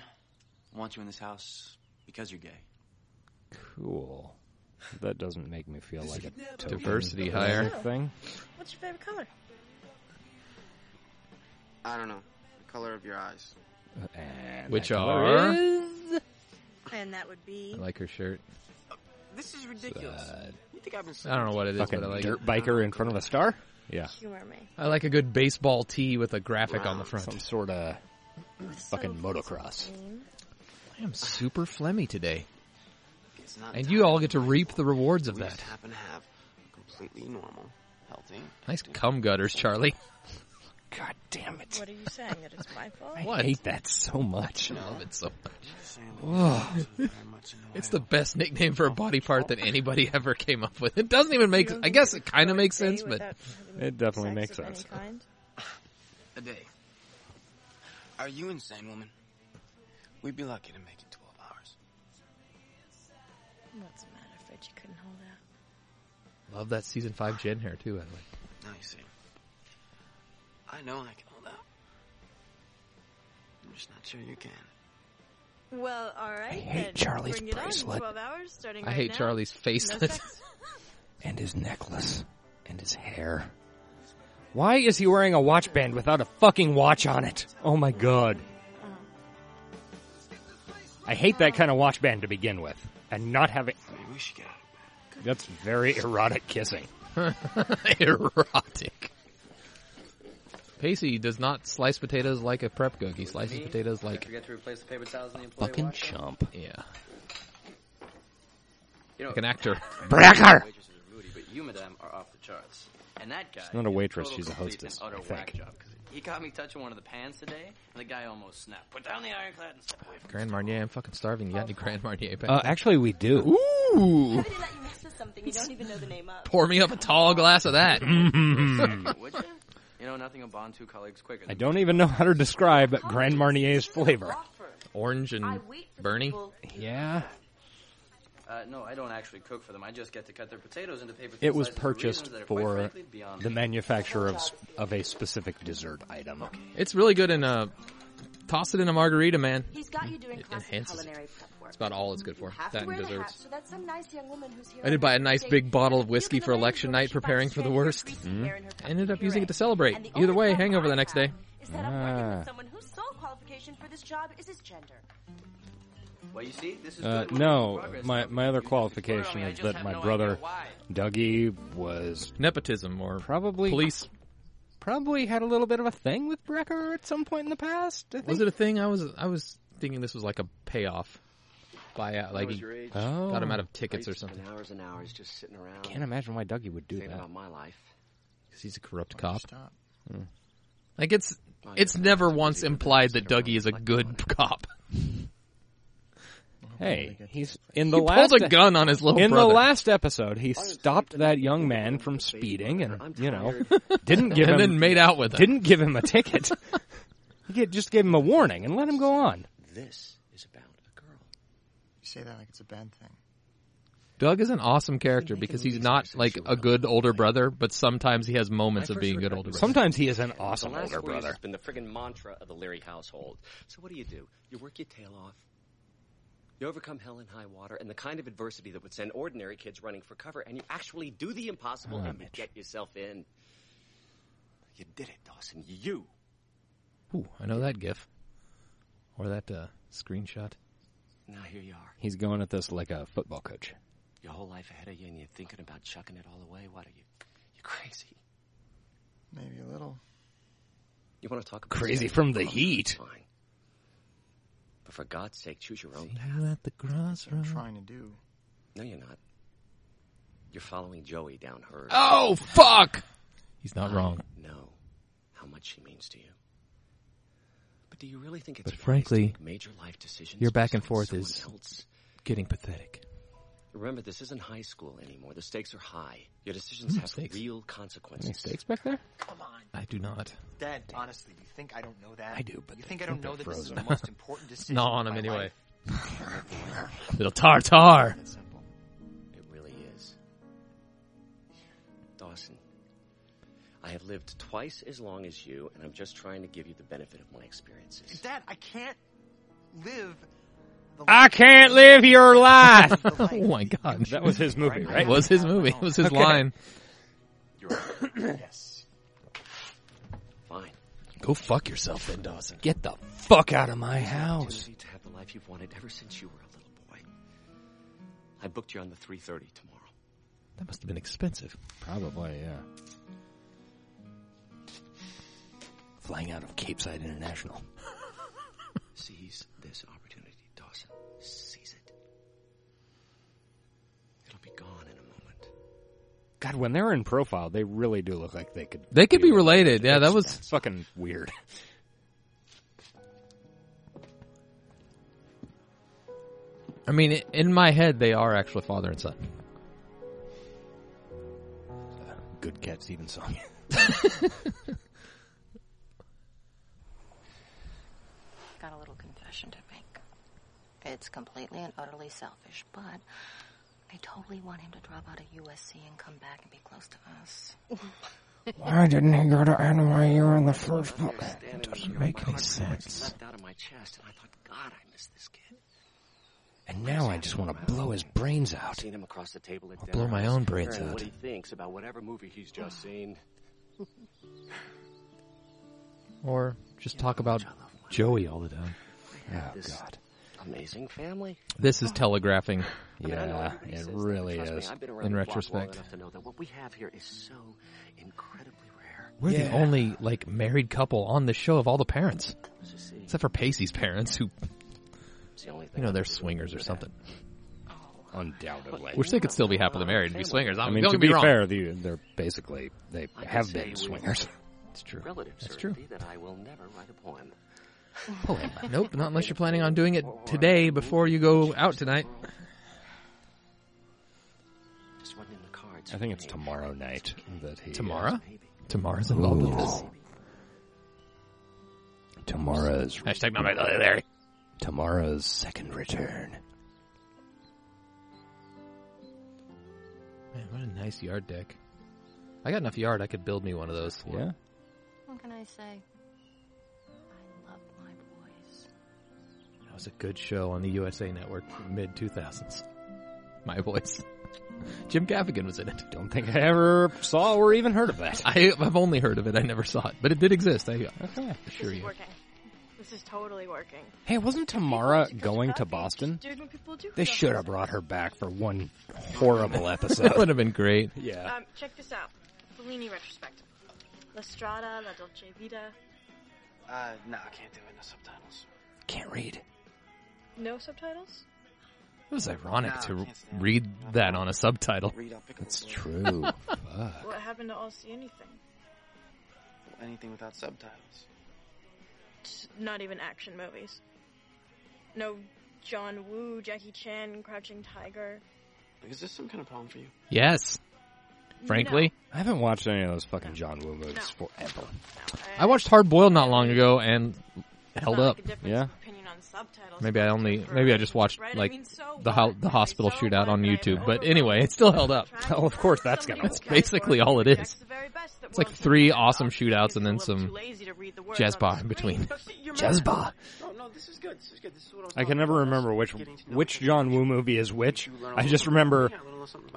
[SPEAKER 12] want you in this house because you're gay.
[SPEAKER 2] Cool. That doesn't make me feel like a token
[SPEAKER 3] Diversity
[SPEAKER 2] or
[SPEAKER 3] hire.
[SPEAKER 2] anything.
[SPEAKER 14] What's your favorite color?
[SPEAKER 15] I don't know. The color of your eyes.
[SPEAKER 2] And
[SPEAKER 3] Which
[SPEAKER 2] that color
[SPEAKER 3] are?
[SPEAKER 2] is-
[SPEAKER 14] And that would be.
[SPEAKER 3] I like her shirt.
[SPEAKER 15] This is ridiculous. you think I've been
[SPEAKER 3] I don't know what it is,
[SPEAKER 2] Fucking
[SPEAKER 3] but I like
[SPEAKER 2] dirt
[SPEAKER 3] it.
[SPEAKER 2] biker in front of a star? Yeah.
[SPEAKER 14] Humor me.
[SPEAKER 3] I like a good baseball tee with a graphic on the front.
[SPEAKER 2] Some sort of fucking motocross.
[SPEAKER 3] I am super flemmy today.
[SPEAKER 15] It's not
[SPEAKER 3] And you all get to reap the rewards of
[SPEAKER 15] we
[SPEAKER 3] that.
[SPEAKER 15] just happen to have a completely normal, healthy.
[SPEAKER 3] Nice cum gutters, Charlie.
[SPEAKER 2] God damn it.
[SPEAKER 14] What are you saying? That it's
[SPEAKER 2] (laughs)
[SPEAKER 14] my fault?
[SPEAKER 2] I hate that so much.
[SPEAKER 3] I love it so much.
[SPEAKER 2] Ugh.
[SPEAKER 3] it's the best nickname for a body part that anybody (laughs) ever came up with. It doesn't even make I guess it kind of makes sense, but
[SPEAKER 2] (laughs) It definitely makes sense.
[SPEAKER 3] (laughs)
[SPEAKER 15] A day. Are you insane, woman? We'd be lucky to make it 12 hours.
[SPEAKER 14] What's the matter, Fred? You couldn't hold out.
[SPEAKER 3] love that season 5 Jen hair too, by the way.
[SPEAKER 15] Now you see. I know I can hold out. I'm just not sure you can.
[SPEAKER 14] Well, all right. I
[SPEAKER 2] hate Charlie's
[SPEAKER 14] Bring it
[SPEAKER 2] bracelet.
[SPEAKER 14] On. Twelve hours, starting
[SPEAKER 3] I
[SPEAKER 14] right
[SPEAKER 3] hate
[SPEAKER 14] now.
[SPEAKER 3] Charlie's
[SPEAKER 14] No
[SPEAKER 3] facelet.
[SPEAKER 14] sex?
[SPEAKER 2] And his necklace. And his hair. Why is he wearing a watch band without a fucking watch on it? Oh my god. I hate that kind of watch band to begin with. And not having.
[SPEAKER 15] Maybe we should get out.
[SPEAKER 2] That's very erotic kissing.
[SPEAKER 3] (laughs) Erotic. Pacey does not slice potatoes like a prep cook. He slices potatoes like
[SPEAKER 12] forget to replace the paper towels in the employee
[SPEAKER 2] Fucking
[SPEAKER 12] wash.
[SPEAKER 2] chump.
[SPEAKER 3] yeah,
[SPEAKER 12] You know,
[SPEAKER 3] like an actor.
[SPEAKER 2] Bracker!
[SPEAKER 12] waitresses are moody, but
[SPEAKER 16] And that guy.
[SPEAKER 2] She's not a
[SPEAKER 16] is
[SPEAKER 2] waitress,
[SPEAKER 16] total
[SPEAKER 2] she's a
[SPEAKER 16] complete
[SPEAKER 2] hostess,
[SPEAKER 16] and utter
[SPEAKER 2] I think.
[SPEAKER 16] whack job, 'cause He caught me touching one of the pans today, and the guy almost snapped. Put down the ironclad and step away from
[SPEAKER 3] Grand Marnier, I'm fucking starving. You got any Grand Marnier?
[SPEAKER 2] Uh, actually, we do.
[SPEAKER 3] Ooh.
[SPEAKER 14] How did they let you mess with something you don't even know the name of?
[SPEAKER 3] Pour me up a tall glass of that.
[SPEAKER 2] Mhm.
[SPEAKER 16] Would you? You know, nothing will bond two colleagues quicker.
[SPEAKER 2] I don't even know how to describe Grand Marnier's flavor.
[SPEAKER 3] Orange and Bernie.
[SPEAKER 2] Yeah.
[SPEAKER 16] Uh, no, I don't actually cook for them. I just get to cut their potatoes into paper.
[SPEAKER 2] It was
[SPEAKER 16] slices
[SPEAKER 2] purchased
[SPEAKER 16] reasons that are quite
[SPEAKER 2] for
[SPEAKER 16] frankly beyond
[SPEAKER 2] the
[SPEAKER 16] me.
[SPEAKER 2] manufacture of, s- of a specific dessert item.
[SPEAKER 3] It's really good in a. Toss it in a margarita, man.
[SPEAKER 14] He's got you doing
[SPEAKER 3] It
[SPEAKER 14] classic
[SPEAKER 3] enhances it.
[SPEAKER 14] culinary prep work.
[SPEAKER 3] It's about all it's good for.
[SPEAKER 14] You have
[SPEAKER 3] That
[SPEAKER 14] to
[SPEAKER 3] and
[SPEAKER 14] wear the hat,
[SPEAKER 3] desserts.
[SPEAKER 14] so that's some nice young woman who's here
[SPEAKER 3] I
[SPEAKER 14] on
[SPEAKER 3] did buy a
[SPEAKER 14] Wednesday.
[SPEAKER 3] nice big bottle of whiskey for election night, preparing for the worst. I ended up using it to celebrate. Either way, hangover the next day.
[SPEAKER 14] Is that I'm
[SPEAKER 2] Ah.
[SPEAKER 14] working with someone whose sole qualification for this job is his gender.
[SPEAKER 16] Well, you see, this is
[SPEAKER 2] Uh,
[SPEAKER 16] good work in
[SPEAKER 2] no,
[SPEAKER 16] progress.
[SPEAKER 2] my my other qualification is that my brother Dougie was
[SPEAKER 3] nepotism or
[SPEAKER 2] probably
[SPEAKER 3] police.
[SPEAKER 2] Probably had a little bit of a thing with Brecker at some point in the past. I
[SPEAKER 3] Was
[SPEAKER 2] think.
[SPEAKER 3] it a thing? I was I was thinking this was like a payoff. Buyout, like
[SPEAKER 16] was
[SPEAKER 3] he
[SPEAKER 16] your age.
[SPEAKER 3] got him out
[SPEAKER 2] Oh.
[SPEAKER 3] of tickets or
[SPEAKER 16] Waits
[SPEAKER 3] something.
[SPEAKER 16] And hours and hours just sitting around.
[SPEAKER 2] Can't imagine why Dougie would do
[SPEAKER 16] thinking
[SPEAKER 2] that.
[SPEAKER 16] about my life.
[SPEAKER 3] Because he's a corrupt cop.
[SPEAKER 16] stop?
[SPEAKER 2] Hmm.
[SPEAKER 3] Like it's it's never once implied that Dougie is a good cop.
[SPEAKER 2] Hey, he's in the
[SPEAKER 3] He
[SPEAKER 2] last e,
[SPEAKER 3] pulled a gun on his little
[SPEAKER 2] in
[SPEAKER 3] brother.
[SPEAKER 2] the last episode. He stopped that young man from speeding, and you know, (laughs) didn't give
[SPEAKER 3] And
[SPEAKER 2] him
[SPEAKER 3] then made out with him.
[SPEAKER 2] Didn't give him a ticket. (laughs) he get- just gave him a warning and let him go on.
[SPEAKER 12] This is about a girl.
[SPEAKER 17] You say that like it's a bad thing.
[SPEAKER 3] Doug is an awesome character because he's not like a good older brother, but sometimes he has moments of being a good older brother.
[SPEAKER 2] Sometimes he is an
[SPEAKER 12] The
[SPEAKER 2] awesome
[SPEAKER 12] last
[SPEAKER 2] older
[SPEAKER 12] four years
[SPEAKER 2] brother.
[SPEAKER 12] has been the friggin' mantra of the Leary household. So what do you do? You work your tail off. You overcome hell and high water and the kind of adversity that would send ordinary kids running for cover, and you actually do the impossible
[SPEAKER 2] Ah,
[SPEAKER 12] and you get yourself in. You did it, Dawson. You.
[SPEAKER 3] Ooh, I know that gif or that uh, screenshot.
[SPEAKER 12] Now here you are.
[SPEAKER 2] He's going at this like a football coach.
[SPEAKER 12] Your whole life ahead of you, and you're thinking about chucking it all away. What are you? You're crazy.
[SPEAKER 17] Maybe a little.
[SPEAKER 12] You want to talk about
[SPEAKER 2] Crazy
[SPEAKER 12] sex?
[SPEAKER 2] from the
[SPEAKER 12] Oh,
[SPEAKER 2] heat.
[SPEAKER 12] Fine. But for God's sake, choose your own
[SPEAKER 3] at the crossroads.
[SPEAKER 17] Trying to do.
[SPEAKER 12] No, you're not. You're following Joey down her.
[SPEAKER 3] Oh fuck! He's not wrong.
[SPEAKER 12] Know how much she means to you. But do you really think it's
[SPEAKER 3] But
[SPEAKER 12] wise to
[SPEAKER 3] frankly,
[SPEAKER 12] make major life decisions?
[SPEAKER 3] your back and
[SPEAKER 12] based on
[SPEAKER 3] forth
[SPEAKER 12] someone
[SPEAKER 3] is
[SPEAKER 12] else?
[SPEAKER 3] getting pathetic.
[SPEAKER 12] Remember, this isn't high school anymore. The stakes are high. Your decisions
[SPEAKER 3] Hmm,
[SPEAKER 12] have
[SPEAKER 3] stakes.
[SPEAKER 12] real consequences.
[SPEAKER 2] Any stakes back there?
[SPEAKER 17] Come on,
[SPEAKER 3] I do not.
[SPEAKER 17] Dad. Honestly, you think I don't know that?
[SPEAKER 2] I do, but
[SPEAKER 17] you
[SPEAKER 2] they
[SPEAKER 17] think I
[SPEAKER 2] think
[SPEAKER 17] don't know
[SPEAKER 2] they're
[SPEAKER 17] that this is the
[SPEAKER 2] frozen. (laughs)
[SPEAKER 17] most important decision?
[SPEAKER 3] Gnaw on
[SPEAKER 17] of
[SPEAKER 3] him
[SPEAKER 17] my
[SPEAKER 3] anyway.
[SPEAKER 17] life?
[SPEAKER 3] Little tartar.
[SPEAKER 17] It's simple.
[SPEAKER 12] It really is. Dawson, I have lived twice as long as you, and I'm just trying to give you the benefit of my experiences.
[SPEAKER 17] Dad, I can't live. The
[SPEAKER 2] I can't live your life.
[SPEAKER 3] (laughs) (laughs) oh my god,
[SPEAKER 2] That was his movie, right?
[SPEAKER 3] It was his movie. It was his
[SPEAKER 2] Okay.
[SPEAKER 3] line.
[SPEAKER 17] yes.
[SPEAKER 12] Fine.
[SPEAKER 3] Go fuck yourself, then, Dawson. Get the
[SPEAKER 2] Fuck out of my
[SPEAKER 12] Here's an
[SPEAKER 3] Oh,
[SPEAKER 2] house.
[SPEAKER 12] opportunity To have the life you've wanted ever since you were a little boy. I booked you on the 3:30 tomorrow.
[SPEAKER 3] That must have been expensive.
[SPEAKER 2] Probably, yeah. Flying out of Capeside International.
[SPEAKER 12] Seize this opportunity, Dawson. Seize it. It'll be gone in a moment.
[SPEAKER 2] God, when they're in profile, they really do look like they could.
[SPEAKER 3] They could be related. Yeah, that was
[SPEAKER 2] It's fucking weird. (laughs)
[SPEAKER 3] I mean, i- in my head, they are actually father and son.
[SPEAKER 2] Good Cat Stevens song.
[SPEAKER 9] Got a little confession to make. It's completely and utterly selfish, but I totally want him to drop out of USC and come back and be close to us.
[SPEAKER 13] Why didn't he go to NYU in the
[SPEAKER 12] I
[SPEAKER 13] first
[SPEAKER 12] was
[SPEAKER 13] place?
[SPEAKER 12] standing
[SPEAKER 13] Doesn't
[SPEAKER 12] here,
[SPEAKER 13] make
[SPEAKER 12] my
[SPEAKER 13] any
[SPEAKER 12] heart
[SPEAKER 13] sense.
[SPEAKER 12] Leapt out of my chest, and I thought, God, I miss this kid.
[SPEAKER 2] And now I just want to blow his brains out.
[SPEAKER 12] Seen him across the table at
[SPEAKER 3] I'll
[SPEAKER 12] dinner.
[SPEAKER 3] blow my
[SPEAKER 12] I was
[SPEAKER 3] own brains
[SPEAKER 12] wondering What
[SPEAKER 3] out. Oh,
[SPEAKER 12] he thinks about whatever movie he's just seen.
[SPEAKER 3] Or just talk about Joey all the time.
[SPEAKER 12] Oh God. Amazing family.
[SPEAKER 3] This is telegraphing.
[SPEAKER 12] I mean, I know
[SPEAKER 2] Yeah,
[SPEAKER 12] everybody
[SPEAKER 2] it really
[SPEAKER 12] says that, but trust me,
[SPEAKER 2] is.
[SPEAKER 12] I've been around
[SPEAKER 3] in
[SPEAKER 12] the block long
[SPEAKER 3] retrospect.
[SPEAKER 12] enough to know that what we have here is so incredibly rare.
[SPEAKER 3] We're the
[SPEAKER 2] Yeah.
[SPEAKER 3] only like married couple on the show of all the parents,
[SPEAKER 12] Let's just see.
[SPEAKER 3] except for Pacey's parents, who
[SPEAKER 12] It's the only thing
[SPEAKER 3] you know
[SPEAKER 12] I
[SPEAKER 3] they're
[SPEAKER 12] can do
[SPEAKER 3] swingers or
[SPEAKER 12] with
[SPEAKER 3] something.
[SPEAKER 12] that.
[SPEAKER 2] Undoubtedly.
[SPEAKER 3] Wish they could still be happily married and be swingers.
[SPEAKER 2] I
[SPEAKER 3] I'm-
[SPEAKER 2] mean,
[SPEAKER 3] um, don't
[SPEAKER 2] to
[SPEAKER 3] get me
[SPEAKER 2] be
[SPEAKER 3] wrong.
[SPEAKER 2] fair, the, they're basically they
[SPEAKER 12] I can
[SPEAKER 2] have
[SPEAKER 12] say
[SPEAKER 2] been
[SPEAKER 12] with (laughs)
[SPEAKER 2] swingers. It's true.
[SPEAKER 12] Relative
[SPEAKER 3] That's true.
[SPEAKER 12] certainty that I will never write a poem.
[SPEAKER 3] nope, not unless you're planning on doing it today before you go out tonight.
[SPEAKER 12] Just wasn't in the cards.
[SPEAKER 2] I think it's tomorrow night that he uh,
[SPEAKER 3] Tomorrow? Tomorrow's involved in this.
[SPEAKER 2] Tomorrow's
[SPEAKER 3] hashtag not my brother Larry.
[SPEAKER 2] Tomorrow's second
[SPEAKER 10] (laughs)
[SPEAKER 2] return.
[SPEAKER 3] Man, what a nice yard deck. I got enough yard. I could build me one of those. Yeah.
[SPEAKER 9] What can I say? I love my boys.
[SPEAKER 3] That was a good show on the USA Network mid 2000s. My voice. (laughs) Jim Gaffigan was in it.
[SPEAKER 2] Don't think I ever saw or even heard of that.
[SPEAKER 3] (laughs) I, I've only heard of it. I never saw it, but it did exist. I
[SPEAKER 8] This
[SPEAKER 3] assure
[SPEAKER 8] is
[SPEAKER 3] you. (laughs)
[SPEAKER 8] working. This is totally working.
[SPEAKER 2] Hey, wasn't Tamara going to Boston?
[SPEAKER 8] Dude, when people do
[SPEAKER 2] They
[SPEAKER 8] stuff
[SPEAKER 2] should have brought her back for one horrible episode.
[SPEAKER 3] (laughs) That would have been great.
[SPEAKER 2] Yeah.
[SPEAKER 8] Um, check this out. Bellini retrospective. La Strada, La Dolce Vita.
[SPEAKER 10] Uh, no, I can't do it. No subtitles.
[SPEAKER 2] Can't read.
[SPEAKER 8] No subtitles?
[SPEAKER 3] It was ironic to read that on a subtitle.
[SPEAKER 10] That's
[SPEAKER 2] true.
[SPEAKER 8] What happened to all see anything?
[SPEAKER 10] Anything without subtitles.
[SPEAKER 8] Just not even action movies. No John Woo, Jackie Chan, Crouching Tiger.
[SPEAKER 10] Is this some kind of problem for you?
[SPEAKER 3] Yes. Frankly,
[SPEAKER 2] I haven't watched any of those fucking John Woo movies forever.
[SPEAKER 3] I watched Hard Boiled not long ago and held up.
[SPEAKER 2] Yeah.
[SPEAKER 3] Maybe I only, maybe I just watched
[SPEAKER 2] Right? I
[SPEAKER 3] like
[SPEAKER 2] mean, so
[SPEAKER 3] the ho- the hospital shootout on YouTube. But anyway, it's still held up.
[SPEAKER 2] Well, of course that's gonna.
[SPEAKER 3] That's basically all it is. It's like three awesome shootouts and then some jazz bar in between.
[SPEAKER 8] (laughs)
[SPEAKER 2] Jazz bar.
[SPEAKER 10] No, no, this is good. This is good. This is what I was
[SPEAKER 2] I
[SPEAKER 10] talking
[SPEAKER 2] can never remember which which John Woo movie is which. I just remember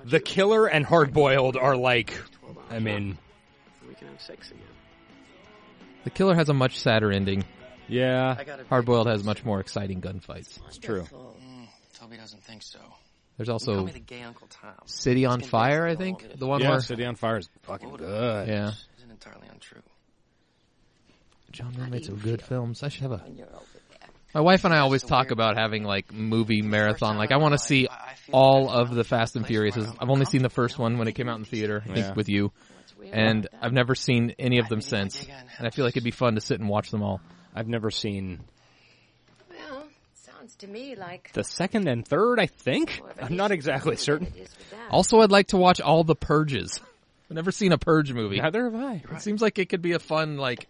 [SPEAKER 2] The Killer and Hard Boiled are like. I mean,
[SPEAKER 10] about. We can have sex again.
[SPEAKER 3] The Killer has a much sadder ending.
[SPEAKER 2] Yeah.
[SPEAKER 10] I gotta-
[SPEAKER 3] Hard Boiled has much more exciting gunfights. It's
[SPEAKER 10] Mm, Toby doesn't think so.
[SPEAKER 3] There's
[SPEAKER 10] You
[SPEAKER 3] also
[SPEAKER 10] call me the gay Uncle Tom.
[SPEAKER 3] City on
[SPEAKER 10] It's been
[SPEAKER 3] Fire, I
[SPEAKER 10] based
[SPEAKER 3] think.
[SPEAKER 10] on all
[SPEAKER 3] The one
[SPEAKER 2] yeah,
[SPEAKER 3] where
[SPEAKER 2] City on Fire is fucking good.
[SPEAKER 3] Yeah.
[SPEAKER 10] Isn't entirely untrue.
[SPEAKER 3] John Woo made some good films. I should have a. My wife and I always talk about having like movie marathon. Like I want to see all of the Fast and Furiouses. I've only seen the first one when it came out in theater, I
[SPEAKER 2] Yeah.
[SPEAKER 3] think with you, and I've never seen any of them since. And I feel like it'd be fun to sit and watch them all.
[SPEAKER 2] I've never seen
[SPEAKER 4] Well, sounds to me like
[SPEAKER 2] the second and third. I think I'm not
[SPEAKER 4] (laughs)
[SPEAKER 2] exactly certain.
[SPEAKER 3] Also, I'd like to watch all the Purges. (laughs) I've never seen a Purge movie.
[SPEAKER 2] Neither have I.
[SPEAKER 3] It seems like it could be a fun like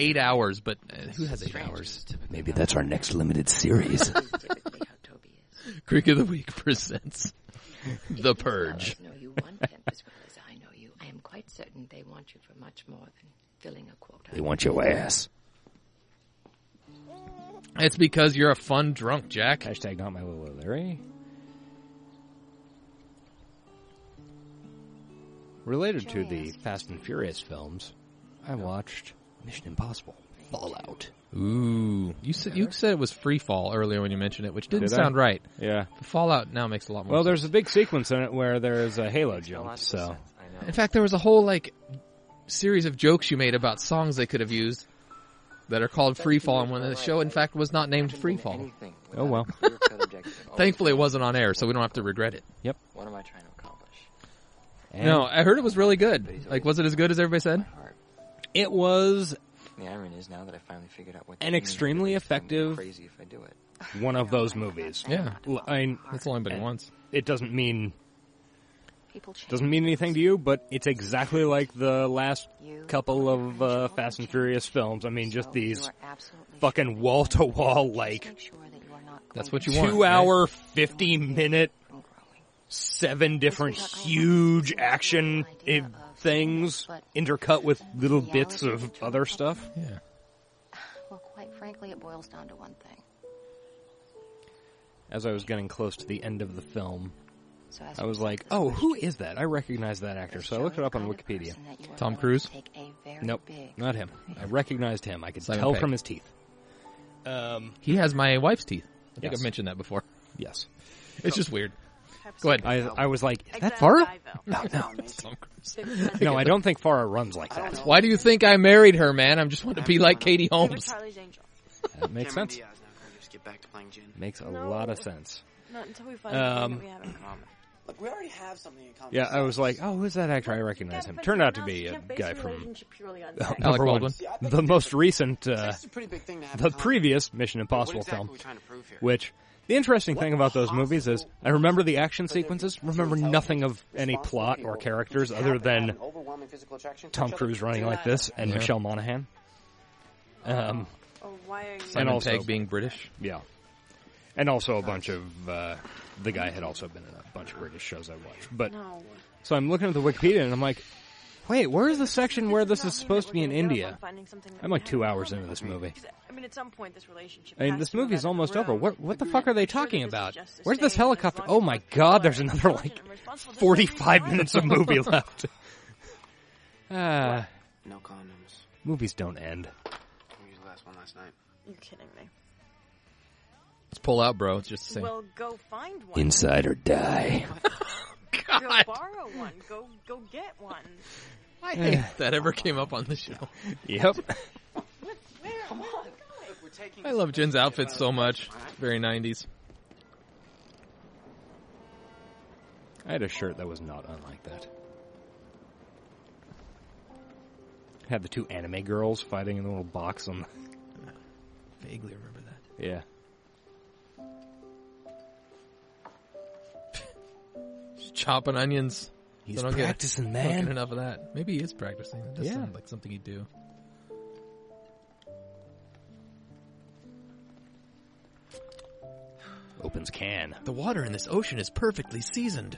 [SPEAKER 3] eight hours, but uh, who has eight hours?
[SPEAKER 2] Maybe that's our next limited (laughs) series.
[SPEAKER 3] Creek of the Week (laughs) presents The Purge.
[SPEAKER 18] know you want them as well as I know you. I am quite certain they want you for much more than filling a quota.
[SPEAKER 2] they want your ass.
[SPEAKER 3] It's because you're a fun drunk, Jack.
[SPEAKER 2] Hashtag not my little Larry. Related to the Fast and Furious films, I watched Mission Impossible Fallout.
[SPEAKER 3] Ooh, you said you said it was free fall earlier when you mentioned it, which didn't
[SPEAKER 2] Did I?
[SPEAKER 3] sound right.
[SPEAKER 2] Yeah,
[SPEAKER 3] Fallout now makes a lot more.
[SPEAKER 2] Well,
[SPEAKER 3] sense.
[SPEAKER 2] there's a big sequence in it where there's a Halo jump. So
[SPEAKER 3] in fact there was a whole like series of jokes you made about songs they could have used that are called free fall, and when the show in fact was not (laughs) named free fall.
[SPEAKER 2] Oh well.
[SPEAKER 3] (laughs) Thankfully, it wasn't on air, so we don't have to regret it.
[SPEAKER 2] Yep.
[SPEAKER 15] What am I trying to accomplish?
[SPEAKER 3] No, I heard it was really good. Like, was it as good as everybody said?
[SPEAKER 2] It was
[SPEAKER 15] The irony is now that I finally figured out what
[SPEAKER 2] an
[SPEAKER 15] you mean,
[SPEAKER 2] extremely
[SPEAKER 15] I'm
[SPEAKER 2] effective
[SPEAKER 15] crazy if I do it.
[SPEAKER 2] one of those movies.
[SPEAKER 3] Yeah,
[SPEAKER 2] I mean,
[SPEAKER 3] it's only been once.
[SPEAKER 2] It doesn't mean
[SPEAKER 9] People change.
[SPEAKER 2] doesn't mean anything to you, but it's exactly like the last couple of uh, Fast and Furious films. I mean, just these fucking wall to wall like
[SPEAKER 3] That's what you want.
[SPEAKER 2] two hour, fifty minute, seven different huge action eh, things intercut with little bits of other stuff.
[SPEAKER 3] Yeah.
[SPEAKER 9] Well, quite frankly, it boils down to one thing.
[SPEAKER 2] as I was getting close to the end of the film,
[SPEAKER 9] So as
[SPEAKER 2] I
[SPEAKER 9] you
[SPEAKER 2] was
[SPEAKER 9] present
[SPEAKER 2] like, "Oh, who is that? I recognize that actor." So I looked it up on Wikipedia.
[SPEAKER 3] Tom Cruise.
[SPEAKER 2] Nope, not him. I recognized him. I could
[SPEAKER 3] Simon
[SPEAKER 2] tell
[SPEAKER 3] Pegg.
[SPEAKER 2] from his teeth. Um,
[SPEAKER 3] He has my wife's teeth. I think
[SPEAKER 2] Yes.
[SPEAKER 3] I've mentioned that before.
[SPEAKER 2] Yes.
[SPEAKER 3] It's just weird. Go ahead.
[SPEAKER 2] I, I was like, "Is that
[SPEAKER 3] Farah?
[SPEAKER 12] (laughs)
[SPEAKER 2] No, no, (laughs)
[SPEAKER 3] Cruise.
[SPEAKER 2] no. I don't think Farah runs like that.
[SPEAKER 3] Why do you think I married her, man? I just want to be like Katie Holmes.
[SPEAKER 2] That makes sense.
[SPEAKER 10] Just get back to playing gin.
[SPEAKER 2] Makes a lot of sense.
[SPEAKER 5] Not until we find um,
[SPEAKER 2] Um,
[SPEAKER 5] that we have in common.
[SPEAKER 14] Look, we already have something in common.
[SPEAKER 2] Yeah, I was like, oh, who's that actor? I recognize him. Turned out to be a guy from (laughs) number one, the most recent, uh, the previous Mission Impossible film. Which the interesting thing about those movies is, I remember the action sequences, remember nothing of any plot or characters other than Tom Cruise running like this and
[SPEAKER 3] Yeah.
[SPEAKER 2] Michelle Monaghan. Um,
[SPEAKER 5] Oh,
[SPEAKER 3] Simon Pegg being British.
[SPEAKER 2] yeah, and also a bunch of uh, the guy had also been in a bunch of British shows I watched. But
[SPEAKER 5] No.
[SPEAKER 2] so I'm looking at the Wikipedia and I'm like, wait, where is the section where this is supposed to be in India?
[SPEAKER 5] finding something that
[SPEAKER 2] I'm
[SPEAKER 5] we
[SPEAKER 2] like
[SPEAKER 5] have
[SPEAKER 2] two
[SPEAKER 5] in
[SPEAKER 2] hours
[SPEAKER 5] common.
[SPEAKER 2] into this movie.
[SPEAKER 5] I mean, at some point, this relationship.
[SPEAKER 2] I mean,
[SPEAKER 5] has
[SPEAKER 2] this
[SPEAKER 5] to go
[SPEAKER 2] movie is
[SPEAKER 5] back to
[SPEAKER 2] almost
[SPEAKER 5] the
[SPEAKER 2] over.
[SPEAKER 5] road.
[SPEAKER 2] What what the fuck are they talking about?
[SPEAKER 5] just a
[SPEAKER 2] Where's this
[SPEAKER 5] saying, as
[SPEAKER 2] helicopter?
[SPEAKER 5] long
[SPEAKER 2] Oh
[SPEAKER 5] as
[SPEAKER 2] my
[SPEAKER 5] it's
[SPEAKER 2] god,
[SPEAKER 5] clear
[SPEAKER 2] there's
[SPEAKER 5] and
[SPEAKER 2] another
[SPEAKER 5] intelligent
[SPEAKER 2] like
[SPEAKER 5] and responsible, there's no reason
[SPEAKER 2] 45
[SPEAKER 8] (laughs)
[SPEAKER 5] why.
[SPEAKER 2] minutes of movie left. (laughs) Ah,
[SPEAKER 10] No condoms.
[SPEAKER 2] movies don't end.
[SPEAKER 10] We used the last one last night.
[SPEAKER 5] You're kidding me.
[SPEAKER 3] Let's pull out, bro. It's just the same.
[SPEAKER 5] Well, go find one.
[SPEAKER 2] Inside or die.
[SPEAKER 5] Go borrow one. Go, go get one.
[SPEAKER 3] (laughs) I hate that ever came up on the show.
[SPEAKER 2] Yep. (laughs)
[SPEAKER 5] Come on.
[SPEAKER 3] I love Jen's outfit so much. Very 90s.
[SPEAKER 2] I had a shirt that was not unlike that. Had the two anime girls fighting in the little box on
[SPEAKER 3] Vaguely remember that.
[SPEAKER 2] the. Yeah.
[SPEAKER 3] Just chopping onions.
[SPEAKER 2] He's
[SPEAKER 3] So I don't get-
[SPEAKER 2] practicing,
[SPEAKER 3] I Don't
[SPEAKER 2] man.
[SPEAKER 3] get enough of that. Maybe he is practicing. That does
[SPEAKER 2] Yeah.
[SPEAKER 3] sound like something he'd do.
[SPEAKER 2] Opens (laughs) can.
[SPEAKER 3] The water in this ocean is perfectly seasoned.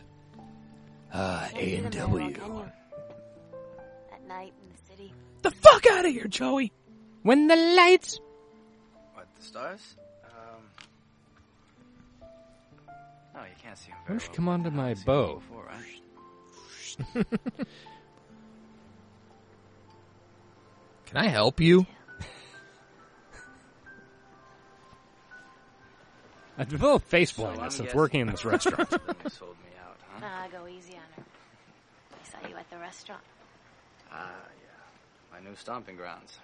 [SPEAKER 2] Ah,
[SPEAKER 4] At night in the city.
[SPEAKER 3] The fuck out of here, Joey!
[SPEAKER 2] When the lights.
[SPEAKER 10] What, the stars? Um. No, you can't see them
[SPEAKER 2] Why
[SPEAKER 10] very
[SPEAKER 2] don't you come onto my bow?
[SPEAKER 10] before, right?
[SPEAKER 3] Can I help you?
[SPEAKER 2] I developed face
[SPEAKER 10] So I'm
[SPEAKER 2] blindness since
[SPEAKER 10] guessing
[SPEAKER 2] working in
[SPEAKER 10] (laughs)
[SPEAKER 2] this restaurant.
[SPEAKER 10] you sold me out, huh?
[SPEAKER 4] (laughs) Ah, go easy on her. I saw you at the restaurant.
[SPEAKER 10] Ah, yeah. My new stomping grounds.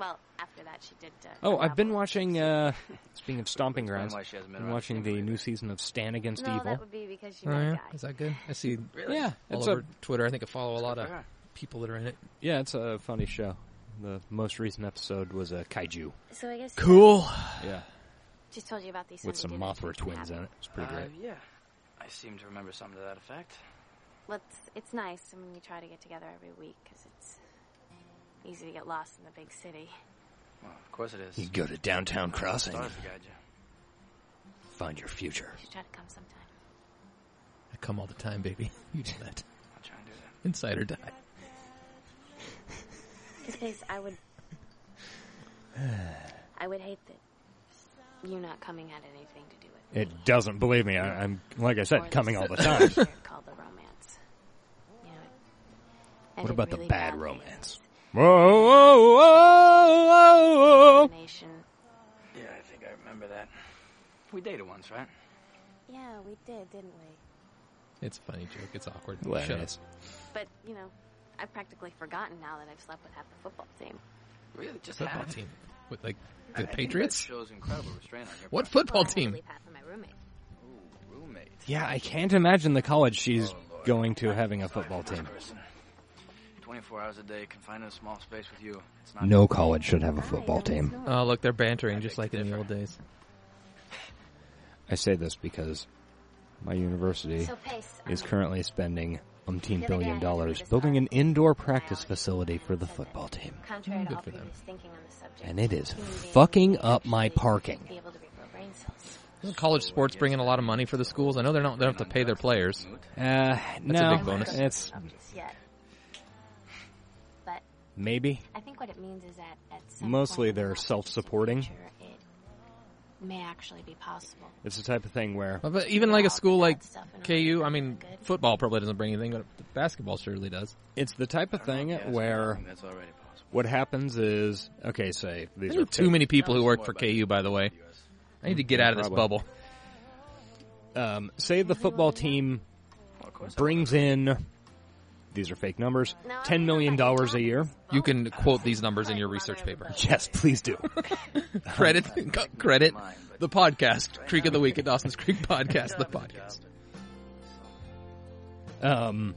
[SPEAKER 4] Well, after that, she did. Uh,
[SPEAKER 2] Oh, I've been
[SPEAKER 4] grovel.
[SPEAKER 2] watching. uh (laughs) Speaking of stomping grounds,
[SPEAKER 10] why she hasn't been
[SPEAKER 2] been
[SPEAKER 10] around
[SPEAKER 2] watching the new season of Stand Against
[SPEAKER 4] No,
[SPEAKER 2] Evil.
[SPEAKER 4] that would be because you
[SPEAKER 3] Oh,
[SPEAKER 4] met a
[SPEAKER 3] yeah?
[SPEAKER 4] guy.
[SPEAKER 3] Is that good? I see.
[SPEAKER 10] Really?
[SPEAKER 2] Yeah,
[SPEAKER 3] All
[SPEAKER 2] it's
[SPEAKER 3] over
[SPEAKER 2] a-
[SPEAKER 3] Twitter. I think I follow a lot of
[SPEAKER 10] Yeah.
[SPEAKER 3] people that are in it.
[SPEAKER 2] Yeah, it's a funny show. The most recent episode was a kaiju.
[SPEAKER 4] So I guess
[SPEAKER 2] Yeah,
[SPEAKER 4] She told you about these
[SPEAKER 2] with some Mothra twins in it. It's pretty
[SPEAKER 10] Uh,
[SPEAKER 2] great.
[SPEAKER 10] yeah. I seem to remember something to that effect.
[SPEAKER 4] Well, it's, it's nice when you try to get together every week because it's easy to get lost in the big city.
[SPEAKER 10] Well, of course it is.
[SPEAKER 2] You go to downtown crossing,
[SPEAKER 10] Stars to guide you.
[SPEAKER 2] find your future.
[SPEAKER 4] You should try to come sometime.
[SPEAKER 3] I come all the time, baby. (laughs) You do that.
[SPEAKER 10] I'll try and do that.
[SPEAKER 3] Inside or die.
[SPEAKER 4] Because I would, I would hate that you not coming had anything to do with
[SPEAKER 2] It doesn't believe me. I, I'm like I
[SPEAKER 4] or
[SPEAKER 2] said,
[SPEAKER 4] this
[SPEAKER 2] coming all the time.
[SPEAKER 10] (laughs)
[SPEAKER 4] other shit called the romance. You know, it
[SPEAKER 2] what
[SPEAKER 4] ended
[SPEAKER 2] about the
[SPEAKER 4] really
[SPEAKER 2] bad
[SPEAKER 4] badly.
[SPEAKER 2] romance? Whoa, whoa, whoa, whoa, whoa!
[SPEAKER 4] Nation.
[SPEAKER 10] Yeah, I think I remember that. We dated once, right?
[SPEAKER 4] Yeah, we did, didn't we?
[SPEAKER 3] It's a funny joke. It's awkward. Shut up.
[SPEAKER 2] Hilarious.
[SPEAKER 4] But you know, I've practically forgotten now that I've slept with half the football team.
[SPEAKER 10] Really? Just
[SPEAKER 3] Football
[SPEAKER 10] happened.
[SPEAKER 3] team. With, like,
[SPEAKER 10] I
[SPEAKER 3] the
[SPEAKER 10] think that
[SPEAKER 3] Patriots?
[SPEAKER 10] shows incredible restraint on your
[SPEAKER 3] What
[SPEAKER 10] part.
[SPEAKER 3] football
[SPEAKER 4] Well, I had
[SPEAKER 2] Hmm.
[SPEAKER 4] to
[SPEAKER 3] team?
[SPEAKER 4] leave half for my roommate.
[SPEAKER 10] Ooh, roommate.
[SPEAKER 2] Yeah, I can't imagine the college
[SPEAKER 10] Oh,
[SPEAKER 2] she's going to having a
[SPEAKER 10] Sorry
[SPEAKER 2] football
[SPEAKER 10] for this
[SPEAKER 2] team.
[SPEAKER 10] person. 24 hours a day, confined in a small space with you. It's not
[SPEAKER 2] No college should have a football team.
[SPEAKER 3] Oh, look, they're bantering just like in the old days.
[SPEAKER 2] I say this because my university
[SPEAKER 4] So Pace,
[SPEAKER 2] is
[SPEAKER 4] um,
[SPEAKER 2] currently spending umpteen
[SPEAKER 4] the other day I
[SPEAKER 2] billion
[SPEAKER 4] had to
[SPEAKER 2] dollars
[SPEAKER 4] do this
[SPEAKER 2] building an
[SPEAKER 4] article.
[SPEAKER 2] indoor practice facility for the football team.
[SPEAKER 4] Contrary
[SPEAKER 3] Good
[SPEAKER 4] to all
[SPEAKER 3] for them.
[SPEAKER 4] previous thinking on the subject,
[SPEAKER 2] And it is
[SPEAKER 4] human beings
[SPEAKER 2] fucking
[SPEAKER 4] may
[SPEAKER 2] up my
[SPEAKER 4] actually
[SPEAKER 2] parking.
[SPEAKER 4] Be able to regrow brain cells.
[SPEAKER 3] Doesn't College sports bring in a lot of money for the schools. I know they don't. They don't have to pay their players.
[SPEAKER 2] Uh,
[SPEAKER 3] a
[SPEAKER 2] no,
[SPEAKER 3] big bonus.
[SPEAKER 2] it's
[SPEAKER 4] Just yet. But
[SPEAKER 2] maybe.
[SPEAKER 4] I think what it means is that at some
[SPEAKER 2] Mostly
[SPEAKER 4] point in the
[SPEAKER 2] they're
[SPEAKER 4] not
[SPEAKER 2] self-supporting.
[SPEAKER 4] too distant future, it may actually be possible.
[SPEAKER 2] It's the type of thing where
[SPEAKER 3] But, but even like a school like KU, I mean, football probably doesn't bring anything, but basketball surely does.
[SPEAKER 2] it's the type of thing
[SPEAKER 10] Yes, I
[SPEAKER 2] where
[SPEAKER 10] think that's already possible.
[SPEAKER 2] what happens is okay. Say these
[SPEAKER 3] There
[SPEAKER 2] are
[SPEAKER 3] are too many people who work for
[SPEAKER 10] Probably.
[SPEAKER 3] KU, by the way. I need to get out of this
[SPEAKER 2] Probably.
[SPEAKER 3] bubble.
[SPEAKER 2] Um, say the football team
[SPEAKER 10] Well, of course I
[SPEAKER 2] brings in these are fake numbers. Ten million dollars a year. (laughs)
[SPEAKER 3] You can quote these numbers in your research paper. (laughs)
[SPEAKER 2] Yes, please do.
[SPEAKER 3] credit, c- (laughs) credit the podcast, Creek of the Week at (laughs) Dawson's Creek Podcast, the podcast.
[SPEAKER 2] Um,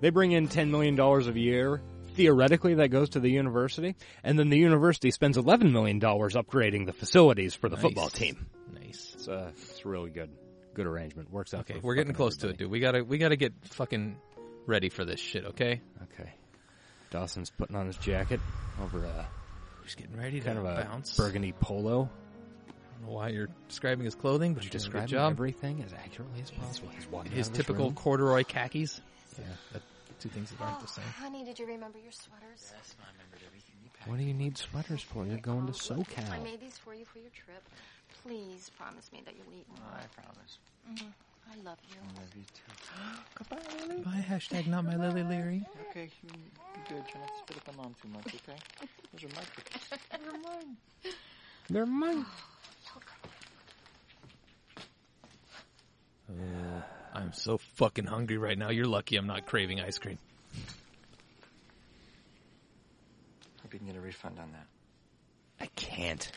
[SPEAKER 2] they bring in ten million dollars a year. Theoretically, that goes to the university, and then the university spends eleven million dollars upgrading the facilities for the
[SPEAKER 3] Nice.
[SPEAKER 2] football team.
[SPEAKER 3] Nice.
[SPEAKER 2] It's uh, it's really good, good arrangement. Works out.
[SPEAKER 3] Okay,
[SPEAKER 2] for
[SPEAKER 3] we're getting
[SPEAKER 2] fucking
[SPEAKER 3] close to it,
[SPEAKER 2] everybody.
[SPEAKER 3] dude. We gotta, we gotta get fucking ready for this shit. Okay.
[SPEAKER 2] Okay. Dawson's putting on his jacket over a
[SPEAKER 3] Just getting ready to
[SPEAKER 2] kind of a
[SPEAKER 3] bounce.
[SPEAKER 2] burgundy polo.
[SPEAKER 3] I don't know why you're describing his clothing, but you
[SPEAKER 2] Describing
[SPEAKER 3] described job.
[SPEAKER 2] everything as accurately as possible. He's walking
[SPEAKER 3] his
[SPEAKER 2] out of this
[SPEAKER 3] typical
[SPEAKER 2] room.
[SPEAKER 3] corduroy khakis.
[SPEAKER 2] Yeah.
[SPEAKER 3] that, two things that aren't the same.
[SPEAKER 4] Oh, Honey, did you remember your sweaters? Yes, I remembered everything.
[SPEAKER 2] What do you need sweaters for? You're going to
[SPEAKER 4] I
[SPEAKER 2] SoCal.
[SPEAKER 4] made these for you for your trip. Please promise me that you'll eat one. I promise. I love you. I love you too. Goodbye, Lily.
[SPEAKER 3] Bye, hashtag not my Lily Leary.
[SPEAKER 10] Okay, you be good. Try not to spit at my mom too much, okay? Those are my cookies. Those are mine.
[SPEAKER 2] They're mine.
[SPEAKER 3] I'm so fucking hungry right now. You're lucky I'm not craving ice cream.
[SPEAKER 12] Hope you can get a refund on that.
[SPEAKER 2] I can't.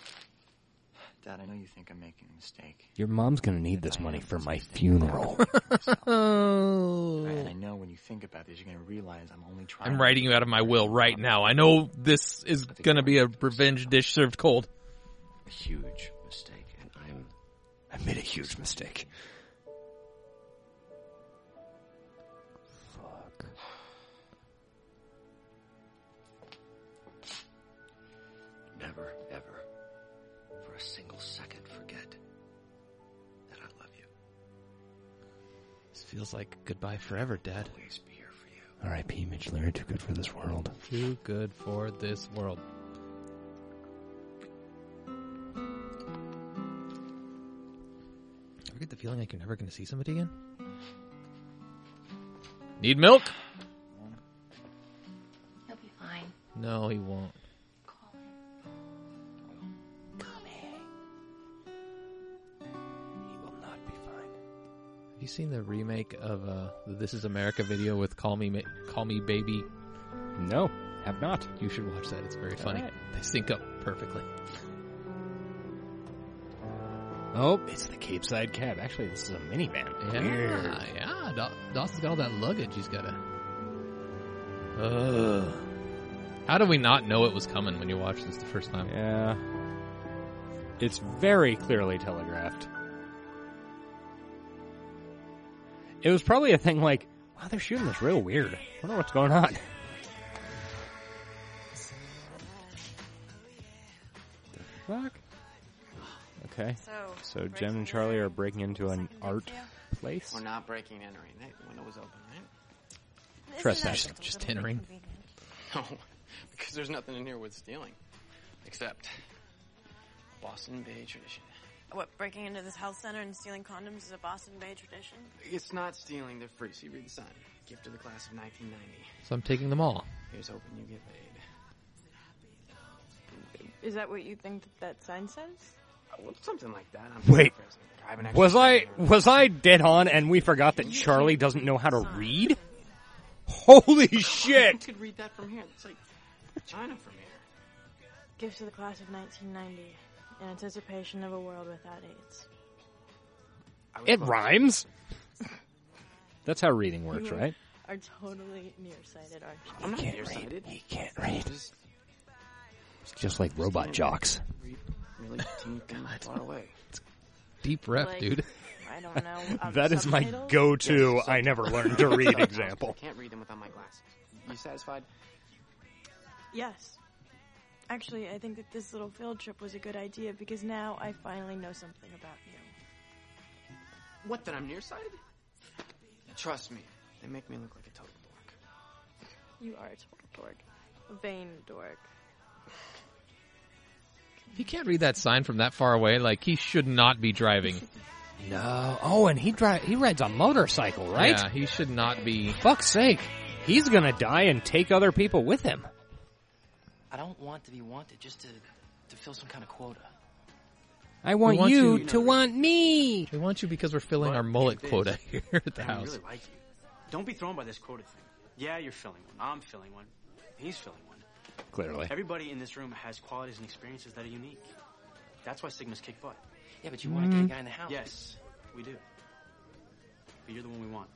[SPEAKER 12] Dad, I know you think I'm making a mistake.
[SPEAKER 2] Your mom's gonna need this money for my funeral.
[SPEAKER 12] Right? And I know when you think about this, you're going to realize I'm only trying.
[SPEAKER 3] I'm writing you out of my will right now. I know this is gonna be a revenge dish served cold.
[SPEAKER 19] A huge mistake, and I'm
[SPEAKER 2] I made a huge mistake. Fuck.
[SPEAKER 19] never, ever, for a single second, forget that I love you.
[SPEAKER 3] This feels like goodbye forever, Dad.
[SPEAKER 19] Always be here for you.
[SPEAKER 2] R.I.P. Mitch Leary, too good for this world.
[SPEAKER 3] Too good for this world. I get the feeling like you're never going to see somebody again. Need milk?
[SPEAKER 4] He'll be fine.
[SPEAKER 3] No, he won't.
[SPEAKER 2] He will not be fine.
[SPEAKER 3] Have you seen the remake of uh, the "This Is America" video with "Call Me, Ma- Call Me Baby"?
[SPEAKER 2] (laughs) No, have not.
[SPEAKER 3] You should watch that. It's very funny.
[SPEAKER 2] right.
[SPEAKER 3] They sync up perfectly.
[SPEAKER 2] Oh, it's the Cape Side cab. Actually, this is a minivan.
[SPEAKER 3] Yeah,
[SPEAKER 2] Weird.
[SPEAKER 3] yeah. Da- Dawson's got all that luggage. He's got to. Ugh. How do we not know it was coming when you watched this the first time?
[SPEAKER 2] Yeah. It's very clearly telegraphed. It was probably a thing like, wow, they're shooting this real weird. wonder what's going on. The fuck? Okay.
[SPEAKER 20] So,
[SPEAKER 2] So Jen and Charlie are breaking into an art place.
[SPEAKER 12] We're not breaking and entering. Hey, the window was open, right?
[SPEAKER 2] Trust that.
[SPEAKER 3] Just, just entering.
[SPEAKER 12] (laughs) No, because there's nothing in here worth stealing. Except Boston Bay tradition.
[SPEAKER 8] What, breaking into this health center and stealing condoms is a Boston Bay tradition?
[SPEAKER 12] It's not stealing, they're free. See, read the sign. Gift to the class of 1990.
[SPEAKER 3] So I'm taking them all.
[SPEAKER 12] Here's hoping you get paid.
[SPEAKER 8] Is that what you think that, that sign says?
[SPEAKER 12] Uh, well, something like that. I'm
[SPEAKER 2] Wait.
[SPEAKER 12] paraphrasing. I haven't actually-
[SPEAKER 2] Was I was I dead on and we forgot that Charlie doesn't know how to read? Holy (laughs)
[SPEAKER 12] You
[SPEAKER 2] shit!
[SPEAKER 12] could read that from here. It's like China from here.
[SPEAKER 8] Gifts to the class of 1990 in anticipation of a world without AIDS.
[SPEAKER 2] It rhymes. That's how reading works,
[SPEAKER 8] You
[SPEAKER 2] right?
[SPEAKER 8] Are totally nearsighted, aren't you?
[SPEAKER 2] (laughs)
[SPEAKER 12] I'm not nearsighted.
[SPEAKER 2] He can't read.
[SPEAKER 12] Just
[SPEAKER 2] It's just like robot jocks.
[SPEAKER 12] read really teeny,
[SPEAKER 2] (laughs)
[SPEAKER 12] tiny, far away.
[SPEAKER 3] Deep ref,
[SPEAKER 8] Like,
[SPEAKER 3] dude.
[SPEAKER 8] I don't
[SPEAKER 2] (laughs)
[SPEAKER 8] know. um,
[SPEAKER 2] That is my
[SPEAKER 8] subtitles?
[SPEAKER 2] go-to. I never learned to read
[SPEAKER 12] I
[SPEAKER 2] example.
[SPEAKER 12] can't read them without my glasses. You satisfied?
[SPEAKER 8] Yes. Actually, I think that this little field trip was a good idea because now I finally know something about you.
[SPEAKER 12] What, that I'm nearsighted? Trust me, they make me look like a total dork.
[SPEAKER 8] You are a total dork. A vain dork.
[SPEAKER 3] He can't read that sign from that far away. Like he should not be driving.
[SPEAKER 2] (laughs) No. Oh, and he drive. He rides a motorcycle, right?
[SPEAKER 3] Yeah, he should not be.
[SPEAKER 2] Fuck's sake! He's gonna die and take other people with him.
[SPEAKER 12] I don't want to be wanted just to, to fill some kind of quota.
[SPEAKER 2] I want,
[SPEAKER 3] want
[SPEAKER 2] you,
[SPEAKER 3] you-
[SPEAKER 2] to want me.
[SPEAKER 3] We want you because we're filling our mullet quota (laughs) here at the
[SPEAKER 12] I
[SPEAKER 3] house.
[SPEAKER 12] really like you. Don't be thrown by this quota thing.
[SPEAKER 21] Yeah, you're filling one. I'm filling one. He's filling one.
[SPEAKER 2] Clearly.
[SPEAKER 21] Everybody in this room has qualities and experiences that are unique. That's why Sigma's kick butt.
[SPEAKER 12] Yeah, but you want
[SPEAKER 3] Mm-hmm.
[SPEAKER 12] to get a guy in the house.
[SPEAKER 21] Yes, we do. But you're the one we want.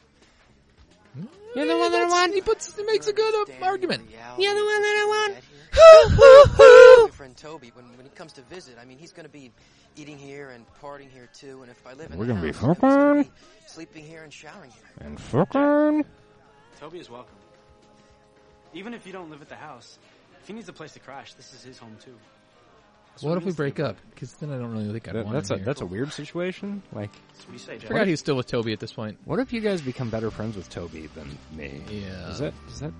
[SPEAKER 3] You're the one that I want. He puts, he makes a good uh, argument.
[SPEAKER 12] You're the one that
[SPEAKER 3] I
[SPEAKER 12] My (laughs)
[SPEAKER 3] want.
[SPEAKER 12] friend Toby, when, when he comes to visit, I mean, he's going to be eating here and partying here too. And if I live in
[SPEAKER 2] We're
[SPEAKER 12] the
[SPEAKER 2] gonna be
[SPEAKER 12] house, then it's gonna
[SPEAKER 2] fucking.
[SPEAKER 12] be sleeping here and showering here.
[SPEAKER 2] And fucking.
[SPEAKER 21] Toby is welcome. Even if you don't live at the house, if he needs a place to crash, this is his home too.
[SPEAKER 3] what if we break up? Because then I don't really think I'd
[SPEAKER 2] That-
[SPEAKER 3] want
[SPEAKER 2] that's a
[SPEAKER 3] him here.
[SPEAKER 2] that's a weird situation. Like,
[SPEAKER 21] What do you say, Jack?
[SPEAKER 3] Forgot he was still with Toby at this point.
[SPEAKER 2] what if you guys become better friends with Toby than me?
[SPEAKER 3] Yeah.
[SPEAKER 2] Is that is that?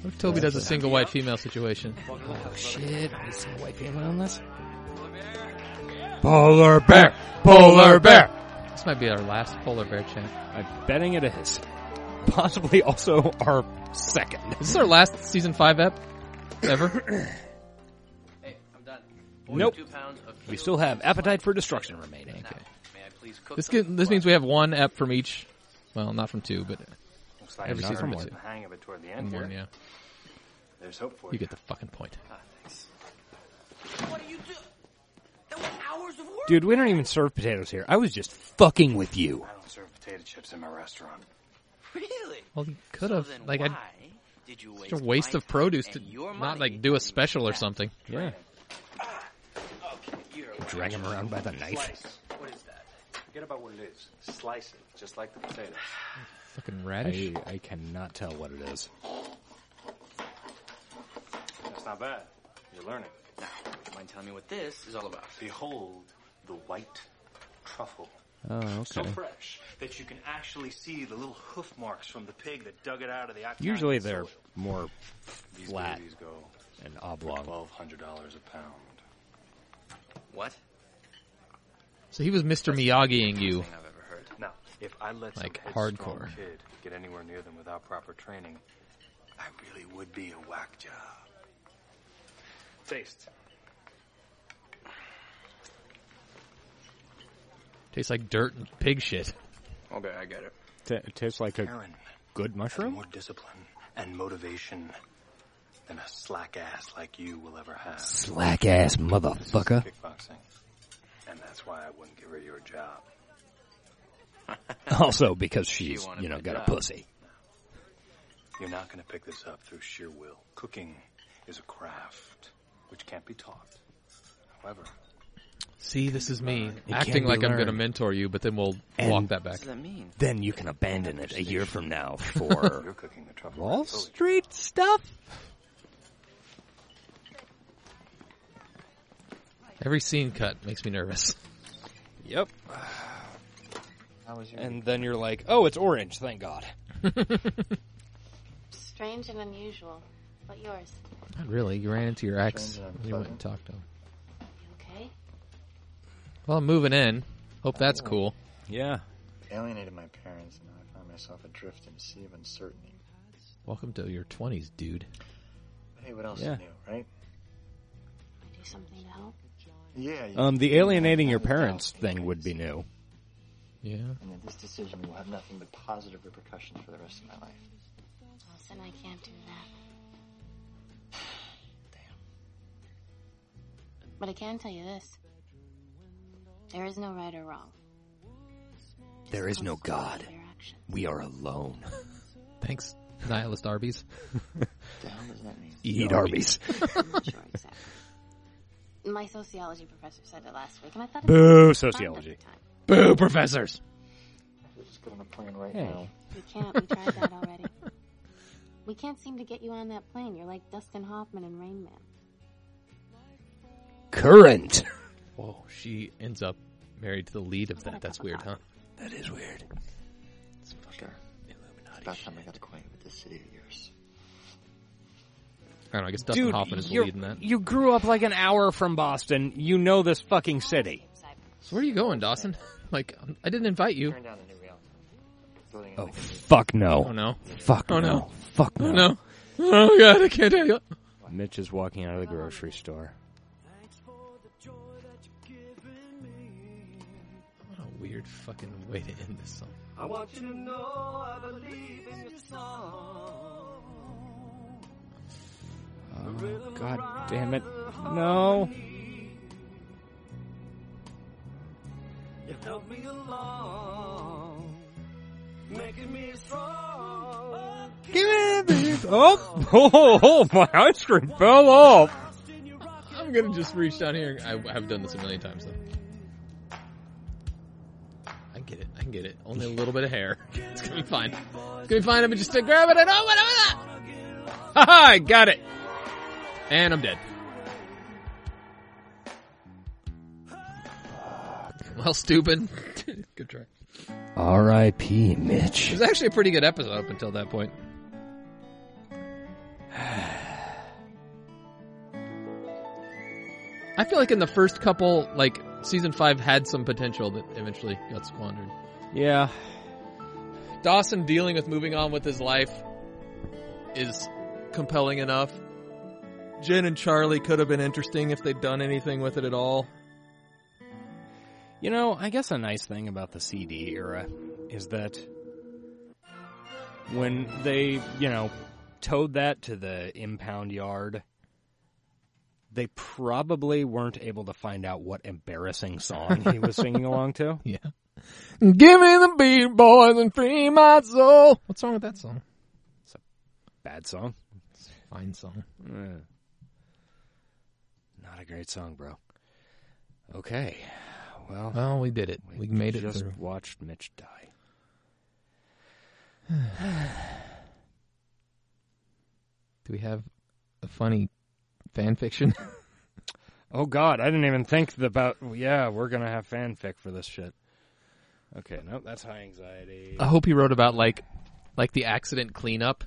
[SPEAKER 3] What if Toby does a single white female situation?
[SPEAKER 2] Oh shit! I see a white female on this.
[SPEAKER 3] Polar bear, polar bear. This might be our last polar bear chat.
[SPEAKER 2] I'm betting it is. Possibly also our second.
[SPEAKER 3] Is this our last season five ep
[SPEAKER 1] (coughs)
[SPEAKER 3] ever?
[SPEAKER 21] Hey, I'm done.
[SPEAKER 2] Nope.
[SPEAKER 21] 42 pounds of
[SPEAKER 2] We
[SPEAKER 21] peeled
[SPEAKER 2] still have appetite for destruction remaining.
[SPEAKER 21] May I please cook
[SPEAKER 3] This
[SPEAKER 21] them?
[SPEAKER 3] could, this means we have one ep from each. Well, not from two, but
[SPEAKER 21] Looks like
[SPEAKER 3] every
[SPEAKER 21] another
[SPEAKER 3] season
[SPEAKER 21] one.
[SPEAKER 3] two.
[SPEAKER 21] The hang of it toward the
[SPEAKER 3] One
[SPEAKER 21] end
[SPEAKER 3] more,
[SPEAKER 21] here.
[SPEAKER 3] yeah.
[SPEAKER 21] There's hope for
[SPEAKER 3] You get the fucking point.
[SPEAKER 21] Ah, thanks.
[SPEAKER 1] What do you do? That was hours of work.
[SPEAKER 2] Dude, we don't even serve potatoes here. I was just fucking with you.
[SPEAKER 21] I don't serve potato chips in my restaurant.
[SPEAKER 1] Really?
[SPEAKER 3] Well, you could have
[SPEAKER 1] then
[SPEAKER 3] like I'd,
[SPEAKER 1] why did you
[SPEAKER 3] such a
[SPEAKER 1] waste
[SPEAKER 3] waste
[SPEAKER 1] my
[SPEAKER 3] of produce
[SPEAKER 1] time
[SPEAKER 3] to
[SPEAKER 1] and your
[SPEAKER 3] not
[SPEAKER 1] money
[SPEAKER 3] like do a special or something.
[SPEAKER 2] Yeah.
[SPEAKER 1] You're a
[SPEAKER 2] Drag him around by the knife.
[SPEAKER 1] Slice. What is that? Forget about what it is. Slice it, just like the potato.
[SPEAKER 3] Fucking
[SPEAKER 2] I,
[SPEAKER 3] radish.
[SPEAKER 2] I cannot tell what it is.
[SPEAKER 1] That's not bad. You're learning. Now, would you mind telling me what this is all about? Behold the white truffle.
[SPEAKER 2] Oh,
[SPEAKER 1] So
[SPEAKER 2] okay.
[SPEAKER 1] fresh that you can actually see the little hoof marks from the pig that dug it out of the Octane
[SPEAKER 2] Usually they're
[SPEAKER 1] soil.
[SPEAKER 2] more
[SPEAKER 1] These
[SPEAKER 2] flat
[SPEAKER 1] babies go
[SPEAKER 2] and
[SPEAKER 1] for
[SPEAKER 2] oblong.
[SPEAKER 1] twelve hundred dollars a pound. What?
[SPEAKER 3] So he was Mr. Miyagiing you.
[SPEAKER 1] I've ever heard. Now, if I let
[SPEAKER 3] Like,
[SPEAKER 1] some headstrong
[SPEAKER 3] hardcore.
[SPEAKER 1] kid get anywhere near them without proper training, I really would be a whack job. Taste.
[SPEAKER 3] Tastes like dirt and pig shit.
[SPEAKER 1] Okay, I get it.
[SPEAKER 2] T- it tastes like a
[SPEAKER 1] Aaron
[SPEAKER 2] good
[SPEAKER 1] has
[SPEAKER 2] mushroom.
[SPEAKER 1] more discipline and motivation than a slack ass like you will ever have.
[SPEAKER 2] Slack ass motherfucker.
[SPEAKER 1] This is Kickboxing, and that's why I wouldn't give her your job.
[SPEAKER 2] Also because she's you know got a pussy.
[SPEAKER 1] You're not going to pick this up through sheer will. Cooking is a craft which can't be taught. However,
[SPEAKER 3] See, this is me
[SPEAKER 2] It can
[SPEAKER 3] acting
[SPEAKER 2] be
[SPEAKER 3] like I'm
[SPEAKER 2] learned.
[SPEAKER 3] going to mentor you, but then we'll
[SPEAKER 2] And-
[SPEAKER 3] walk that back.
[SPEAKER 1] mean?
[SPEAKER 2] Then you can abandon it a year from now
[SPEAKER 21] (laughs)
[SPEAKER 1] You're
[SPEAKER 2] for
[SPEAKER 1] cooking the truffle.
[SPEAKER 2] Wall
[SPEAKER 1] ravioli.
[SPEAKER 2] Street stuff.
[SPEAKER 3] Every scene cut makes me nervous.
[SPEAKER 2] Yep.
[SPEAKER 10] How was your
[SPEAKER 2] And then you're like, oh, it's orange. Thank God.
[SPEAKER 4] Strange and unusual, but yours.
[SPEAKER 3] (laughs) Not really. You ran into your ex.
[SPEAKER 10] Strange and
[SPEAKER 3] You went and
[SPEAKER 10] unpleasant.
[SPEAKER 3] talked to him.
[SPEAKER 4] You okay?
[SPEAKER 3] Well, I'm moving in. Hope that's cool.
[SPEAKER 2] Yeah.
[SPEAKER 10] alienated my parents, and now I find myself adrift in a sea of uncertainty.
[SPEAKER 3] Welcome to your 20s, dude.
[SPEAKER 10] But hey, what else
[SPEAKER 2] Yeah.
[SPEAKER 10] is new, right?
[SPEAKER 4] Can I do something to help?
[SPEAKER 10] Yeah. you-
[SPEAKER 2] Um, the alienating your
[SPEAKER 10] without
[SPEAKER 2] parents thing would be new.
[SPEAKER 3] Yeah.
[SPEAKER 10] And that this decision will have nothing but positive repercussions for the rest of my life.
[SPEAKER 4] Listen, I can't do that. But I can tell you this. There is no right or wrong.
[SPEAKER 2] There is no God.
[SPEAKER 4] Consequence of your (laughs) actions.
[SPEAKER 2] We are (laughs) alone.
[SPEAKER 3] Thanks, Nihilist Arby's.
[SPEAKER 10] What the hell does that mean?
[SPEAKER 2] Eat Arby's.
[SPEAKER 4] Sure, exactly. My sociology professor said it last week, and I thought it
[SPEAKER 2] Boo,
[SPEAKER 4] was fun
[SPEAKER 2] sociology.
[SPEAKER 4] every time.
[SPEAKER 3] Boo, professors!
[SPEAKER 10] We'll just get on a plane right
[SPEAKER 2] Hey.
[SPEAKER 10] now.
[SPEAKER 4] We can't. We tried that already. We can't seem to get you on that plane. You're like Dustin Hoffman in Rain Man.
[SPEAKER 2] Current.
[SPEAKER 3] Whoa, she ends up married to the lead of that. That's weird, huh?
[SPEAKER 2] (laughs) That is weird.
[SPEAKER 10] It's fucker. It's about time I got acquainted with this city of yours.
[SPEAKER 3] I don't know. I guess Dustin Hoffman is the
[SPEAKER 2] you're-
[SPEAKER 3] lead in that.
[SPEAKER 2] you grew up like an hour from Boston. You know this fucking city.
[SPEAKER 3] So where are you going, Dawson? (laughs) Like, um, I didn't invite you.
[SPEAKER 10] Turn down the new reality. Building
[SPEAKER 2] Oh,
[SPEAKER 10] another
[SPEAKER 2] fuck no.
[SPEAKER 3] Oh no.
[SPEAKER 2] Fuck
[SPEAKER 3] Oh,
[SPEAKER 2] no.
[SPEAKER 3] no.
[SPEAKER 2] Fuck
[SPEAKER 3] Oh
[SPEAKER 2] no.
[SPEAKER 3] no. Oh god, I can't handle it.
[SPEAKER 2] Mitch is walking out of the grocery store.
[SPEAKER 3] What a weird fucking way to end this song.
[SPEAKER 1] I want you to know I believe in your song.
[SPEAKER 2] God damn it. No.
[SPEAKER 1] You help me along, making me strong.
[SPEAKER 2] Give it Oh, oh, oh, (laughs) oh, my ice cream fell off.
[SPEAKER 3] I'm gonna just reach down here. I have done this a million times though. I get it. I get it. Only a little bit of hair. (laughs) It's gonna be fine. It's gonna be fine. I'm just to grab it and oh, what, what, what? Haha, I got it. And I'm dead. Well, stupid. (laughs) good try.
[SPEAKER 2] R.I.P.
[SPEAKER 3] It
[SPEAKER 2] Mitch.
[SPEAKER 3] was actually a pretty good episode up until that point. (sighs) I feel like in the first couple, like season five had some potential that eventually got squandered.
[SPEAKER 2] Yeah.
[SPEAKER 3] Dawson dealing with moving on with his life is compelling enough. Jen and Charlie could have been interesting if they'd done anything with it at all.
[SPEAKER 2] You know, I guess a nice thing about the CD era is that when they, you know, towed that to the impound yard, they probably weren't able to find out what embarrassing song he was singing along to.
[SPEAKER 3] (laughs) Yeah. Give me the beat, boys, and free my soul. What's wrong with that song?
[SPEAKER 2] Bad song.
[SPEAKER 3] Fine song.
[SPEAKER 2] Eh. Not a great song, bro. Okay. Well,
[SPEAKER 3] Well, we did it. We made it
[SPEAKER 2] just
[SPEAKER 3] through.
[SPEAKER 2] watched Mitch die.
[SPEAKER 3] Do we have a funny fan fiction? (laughs)
[SPEAKER 2] Oh God, I didn't even think about. Yeah, we're gonna have fanfic for this shit. Okay, no, that's high anxiety.
[SPEAKER 3] I hope he wrote about like like the accident cleanup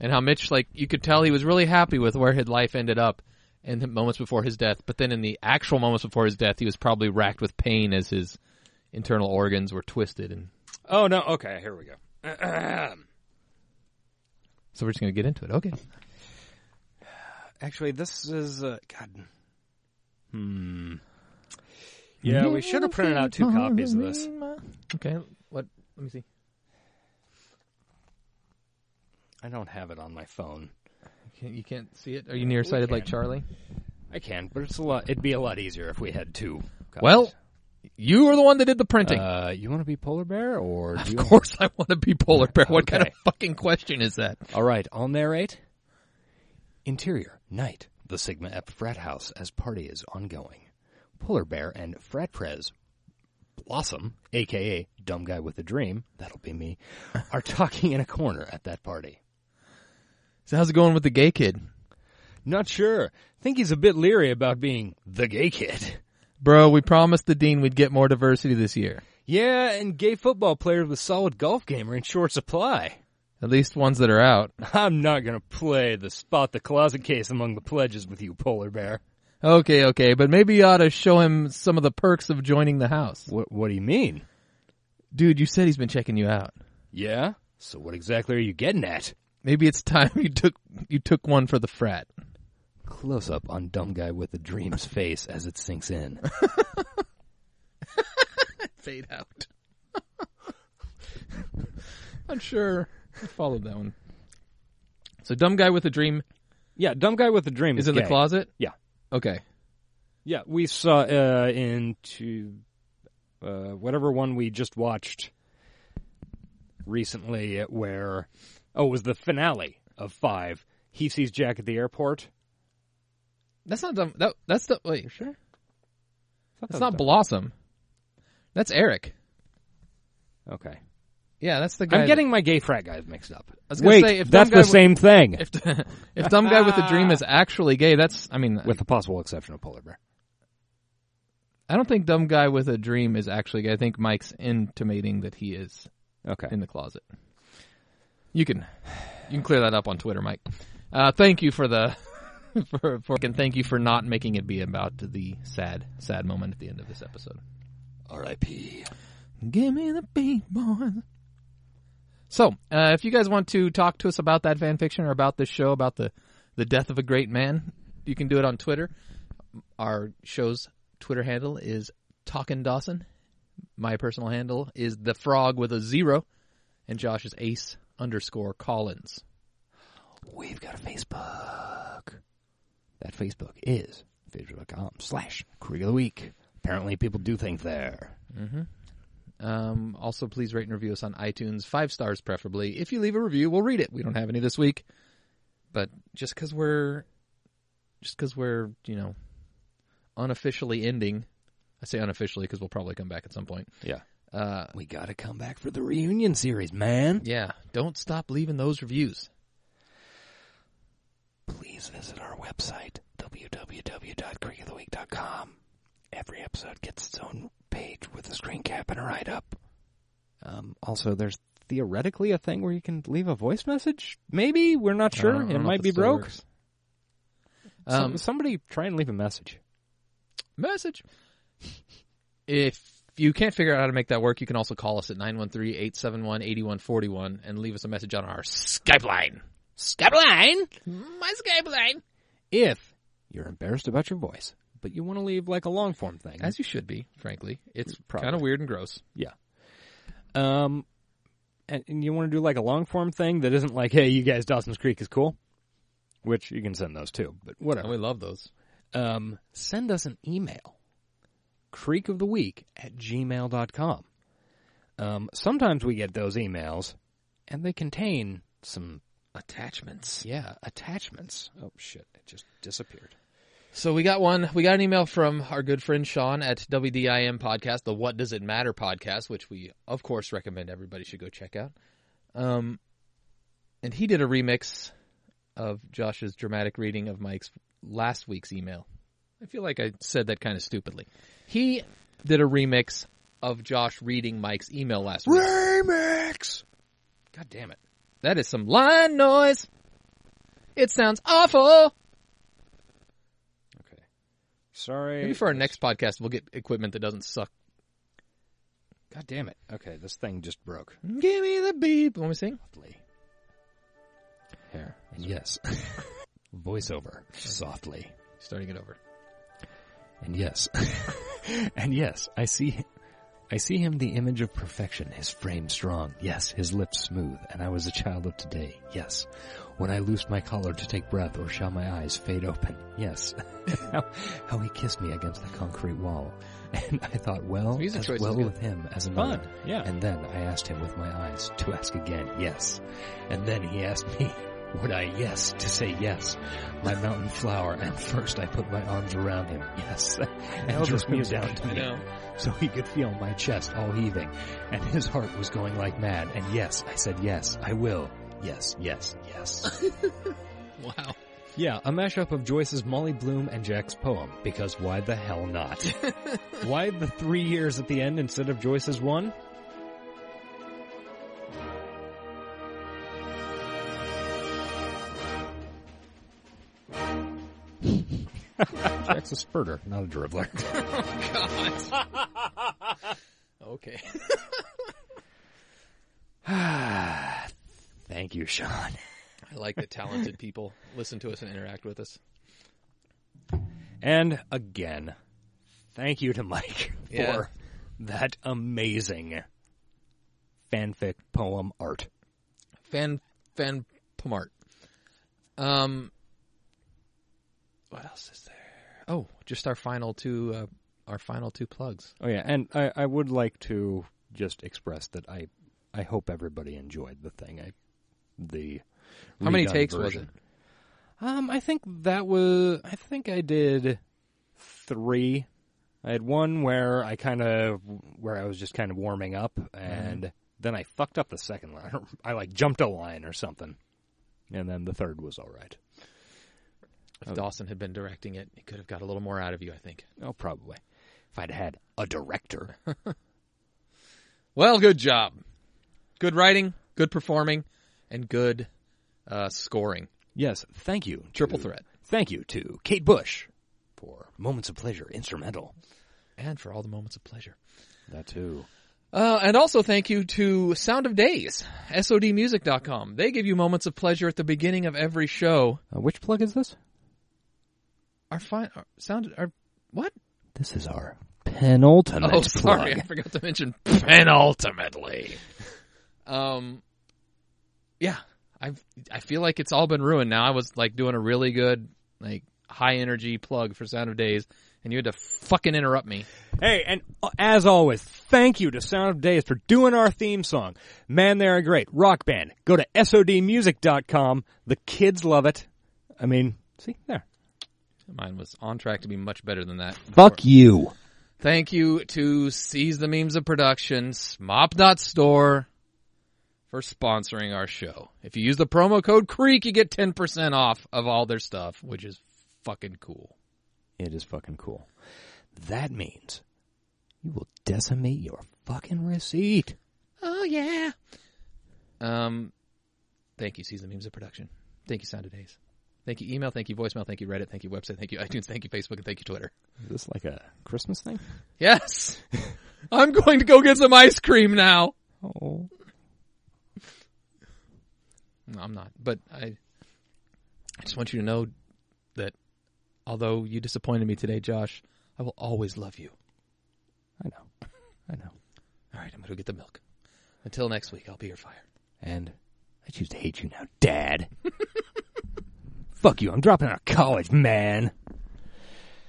[SPEAKER 3] and how Mitch like you could tell he was really happy with where his life ended up in the moments before his death, but then in the actual moments before his death he was probably racked with pain as his internal organs were twisted and
[SPEAKER 2] Oh no. Okay, here we go. (clears throat)
[SPEAKER 3] so we're just going to get into it. Okay.
[SPEAKER 2] Actually, this is uh, God. Hmm. Yeah, we should have printed out two copies of this.
[SPEAKER 3] Okay, what let me see.
[SPEAKER 2] I don't have it on my phone.
[SPEAKER 3] Can, you can't see it? Are you nearsighted
[SPEAKER 2] We
[SPEAKER 3] like
[SPEAKER 2] can.
[SPEAKER 3] Charlie?
[SPEAKER 2] I can, but it's a lot. It'd be a lot easier if we had two. Copies.
[SPEAKER 3] Well, you were the one that did the printing.
[SPEAKER 2] uh, you want to be polar bear or? do
[SPEAKER 3] of
[SPEAKER 2] you-
[SPEAKER 3] course I want to be polar (laughs) bear. What kind of
[SPEAKER 2] Okay.
[SPEAKER 3] fucking question is that?
[SPEAKER 2] All right, I'll narrate. Interior, night. The Sigma Ep frat house as party is ongoing. Polar Bear and Frat Prez Blossom, aka Dumb Guy with a Dream, that'll be me, are talking in a corner at that party.
[SPEAKER 3] So how's it going with the gay kid?
[SPEAKER 2] Not sure. Think he's a bit leery about being the gay kid.
[SPEAKER 3] Bro, we promised the dean we'd get more diversity this year.
[SPEAKER 2] Yeah, and gay football players with solid golf game are in short supply.
[SPEAKER 3] At least ones that are out.
[SPEAKER 2] I'm not gonna play the spot the closet case among the pledges with you, Polar Bear.
[SPEAKER 3] Okay, okay, but maybe you ought to show him some of the perks of joining the house.
[SPEAKER 2] What What do you mean?
[SPEAKER 3] Dude, you said he's been checking you out.
[SPEAKER 2] Yeah? So what exactly are you getting at?
[SPEAKER 3] Maybe it's time you took you took one for the frat.
[SPEAKER 2] Close up on dumb guy with a (laughs) dream's face as it sinks in.
[SPEAKER 3] Fade (laughs) out. I'm sure I followed that one. So dumb guy with a dream
[SPEAKER 2] (laughs) yeah, dumb guy with a dream
[SPEAKER 3] is
[SPEAKER 2] is
[SPEAKER 3] in the
[SPEAKER 2] gay.
[SPEAKER 3] closet?
[SPEAKER 2] Yeah,
[SPEAKER 3] Okay.
[SPEAKER 2] yeah. We saw uh, in two, uh, whatever one we just watched recently, uh, where oh, it was the finale of five. He sees Jack at the airport.
[SPEAKER 3] That's not dumb that that's the wait.
[SPEAKER 2] sure?
[SPEAKER 3] That's not Blossom. That's Eric.
[SPEAKER 2] Okay,
[SPEAKER 3] Yeah, that's the guy.
[SPEAKER 2] I'm getting my gay frat guys mixed up.
[SPEAKER 3] I was gonna
[SPEAKER 2] Wait,
[SPEAKER 3] say, if
[SPEAKER 2] that's
[SPEAKER 3] dumb guy
[SPEAKER 2] the
[SPEAKER 3] with- (laughs)
[SPEAKER 2] same thing,
[SPEAKER 3] If, if dumb guy with a dream is actually gay, that's I mean,
[SPEAKER 2] with the possible exception of polar bear.
[SPEAKER 3] I don't think dumb guy with a dream is actually gay. I think Mike's intimating that he is
[SPEAKER 2] Okay,
[SPEAKER 3] in the closet. You can you can clear that up on Twitter, Mike. Uh, thank you for the (laughs) for, for and thank you for not making it be about the sad sad moment at the end of this episode.
[SPEAKER 2] R.I.P.
[SPEAKER 3] Give me the beat, boy. So, uh, if you guys want to talk to us about that fan fiction or about this show, about the, the death of a great man, you can do it on Twitter. Our show's Twitter handle is Talkin' Dawson. My personal handle is The Frog with a zero, and Josh is Ace underscore Collins.
[SPEAKER 2] We've got a Facebook. That Facebook is facebook.com slash Krieg of the Week. Apparently people do think there.
[SPEAKER 3] Mm-hmm. Um, also, please rate and review us on iTunes, five stars preferably. If you leave a review, we'll read it. We don't have any this week, but just because we're just because we're you know unofficially ending, I say unofficially because we'll probably come back at some point.
[SPEAKER 2] Yeah.
[SPEAKER 3] Uh,
[SPEAKER 2] we got to come back for the reunion series, man.
[SPEAKER 3] Yeah, don't stop leaving those reviews.
[SPEAKER 2] Please visit our website, www.creekoftheweek.com. Every episode gets its own page with a screen cap and a write up. Um, also, there's theoretically a thing where you can leave a voice message. Maybe we're not
[SPEAKER 3] I
[SPEAKER 2] sure.
[SPEAKER 3] don't- I don't
[SPEAKER 2] it
[SPEAKER 3] know if
[SPEAKER 2] might
[SPEAKER 3] it
[SPEAKER 2] be
[SPEAKER 3] still
[SPEAKER 2] broke.
[SPEAKER 3] works.
[SPEAKER 2] Some-
[SPEAKER 3] Um,
[SPEAKER 2] somebody try and leave a message.
[SPEAKER 3] Message. If you can't figure out how to make that work, you can also call us at 913-871-8141 and leave us a message on our Skype line. Skype line? My Skype line.
[SPEAKER 2] If you're embarrassed about your voice, but you want to leave like a long form thing,
[SPEAKER 3] As you should be, frankly. It's
[SPEAKER 2] Probably.
[SPEAKER 3] kind of weird and gross.
[SPEAKER 2] Yeah. Um, and, and you want to do like a long form thing that isn't like, hey, you guys, Dawson's Creek is cool, which you can send those too, but whatever.
[SPEAKER 3] And we love those.
[SPEAKER 2] Um, send us an email, creekoftheweek at gmail.com. Um, sometimes we get those emails and they contain some
[SPEAKER 3] attachments.
[SPEAKER 2] Yeah, attachments. Oh, shit. It just disappeared.
[SPEAKER 3] So we got one. We got an email from our good friend Sean at WDIM Podcast, the What Does It Matter podcast, which we of course recommend everybody should go check out. Um, and he did a remix of Josh's dramatic reading of Mike's last week's email. I feel like I said that kind of stupidly. He did a remix of Josh reading Mike's email last week.
[SPEAKER 2] Remix. God damn it.
[SPEAKER 3] That is some line noise. It sounds awful.
[SPEAKER 2] Sorry.
[SPEAKER 3] Maybe for our next podcast, we'll get equipment that doesn't suck.
[SPEAKER 2] God damn it. Okay, this thing just broke.
[SPEAKER 3] Give me the beep. Let me sing.
[SPEAKER 2] Here. Yes. (laughs) Voiceover. Softly.
[SPEAKER 3] Starting it over.
[SPEAKER 2] And yes. (laughs) and yes, I see I see him the image of perfection, his frame strong, yes, his lips smooth, and I was a child of today, yes. When I loosed my collar to take breath or shall my eyes fade open, yes. (laughs) how, how he kissed me against the concrete wall. And I thought, well,
[SPEAKER 3] Music
[SPEAKER 2] as
[SPEAKER 3] choice is
[SPEAKER 2] well
[SPEAKER 3] good.
[SPEAKER 2] with him as
[SPEAKER 3] Fun,
[SPEAKER 2] another.
[SPEAKER 3] yeah.
[SPEAKER 2] And then I asked him with my eyes to ask again, yes. And then he asked me, would I yes to say yes? My mountain flower, and first I put my arms around him, yes, (laughs) and
[SPEAKER 3] Elbow
[SPEAKER 2] drew me
[SPEAKER 3] comes
[SPEAKER 2] down
[SPEAKER 3] out,
[SPEAKER 2] to
[SPEAKER 3] I
[SPEAKER 2] me,
[SPEAKER 3] know.
[SPEAKER 2] so he could feel my chest all heaving, and his heart was going like mad, and yes, I said yes, I will, yes, yes, yes.
[SPEAKER 3] Wow.
[SPEAKER 2] yeah, a mashup of Joyce's Molly Bloom and Jack's poem, because why the hell not? why the three years at the end instead of Joyce's one? Jack's a spurter, not a dribbler.
[SPEAKER 3] Okay.
[SPEAKER 2] (sighs) Thank you, Sean.
[SPEAKER 3] (laughs) I like that talented people listen to us and interact with us.
[SPEAKER 2] And again, thank you to Mike (laughs) for
[SPEAKER 3] Yeah.
[SPEAKER 2] that amazing fanfic poem art.
[SPEAKER 3] Fan fan pomart. Um what else is there? Oh, just our final two uh, our final two plugs.
[SPEAKER 2] Oh yeah, and I, I would like to just express that I I hope everybody enjoyed the thing. I the
[SPEAKER 3] How many
[SPEAKER 2] redone
[SPEAKER 3] takes was
[SPEAKER 2] version. Um, I think that was. I think I did three. I had one where I kind of where I was just kind of warming up,
[SPEAKER 3] Mm-hmm.
[SPEAKER 2] and then I fucked up the second line. I, don't- I like jumped a line or something, and then the third was all right.
[SPEAKER 3] If Dawson had been directing it, he could have got a little more out of you, I think.
[SPEAKER 2] Oh, probably. If I'd had a director,
[SPEAKER 3] Well, good job. Good writing, good performing, and good uh, scoring.
[SPEAKER 2] yes. Thank you,
[SPEAKER 3] Triple
[SPEAKER 2] to-
[SPEAKER 3] threat.
[SPEAKER 2] Thank you to Kate Bush for Moments of Pleasure instrumental.
[SPEAKER 3] And for all the moments of pleasure.
[SPEAKER 2] That too.
[SPEAKER 3] Uh, and also thank you to Sound of Days, SODmusic.com. They give you moments of pleasure at the beginning of every show.
[SPEAKER 2] Uh, which plug is this?
[SPEAKER 3] Our fine, our sound, our, what?
[SPEAKER 2] This is our penultimate
[SPEAKER 3] oh, sorry,
[SPEAKER 2] plug.
[SPEAKER 3] I forgot to mention penultimately. um, yeah, I I feel like it's all been ruined now. I was like doing a really good like high energy plug for Sound of Days, and you had to fucking interrupt me.
[SPEAKER 2] (laughs) Hey, and uh, as always, thank you to Sound of Days for doing our theme song. Man, they're a great rock band. Go to SODmusic.com. The kids love it. I mean, see, there.
[SPEAKER 3] Mine was on track to be much better than that.
[SPEAKER 2] Fuck you.
[SPEAKER 3] Thank you to Seize the Memes of Production, Smop.store, for sponsoring our show. If you use the promo code CREEK, you get 10% off of all their stuff, which is fucking cool.
[SPEAKER 2] It is fucking cool. That means you will decimate your fucking receipt.
[SPEAKER 3] Oh, yeah. Um, thank you, Seize the Memes of Production. Thank you, Sound of Days. Thank you, email. Thank you, voicemail. Thank you, Reddit. Thank you, website. Thank you, iTunes. Thank you, Facebook. And thank you, Twitter.
[SPEAKER 2] Is this like a Christmas thing?
[SPEAKER 3] Yes. (laughs) I'm going to go get some ice cream now.
[SPEAKER 2] Oh.
[SPEAKER 3] No, I'm not. But I, I just want you to know that although you disappointed me today, Josh, I will always love you.
[SPEAKER 2] I know. I know.
[SPEAKER 3] All right, I'm going to go get the milk. Until next week, I'll be your fire.
[SPEAKER 2] And I choose to hate you now, Dad. Fuck you. I'm dropping out of college, man.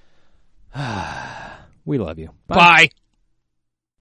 [SPEAKER 2] (sighs) we love you.
[SPEAKER 3] Bye.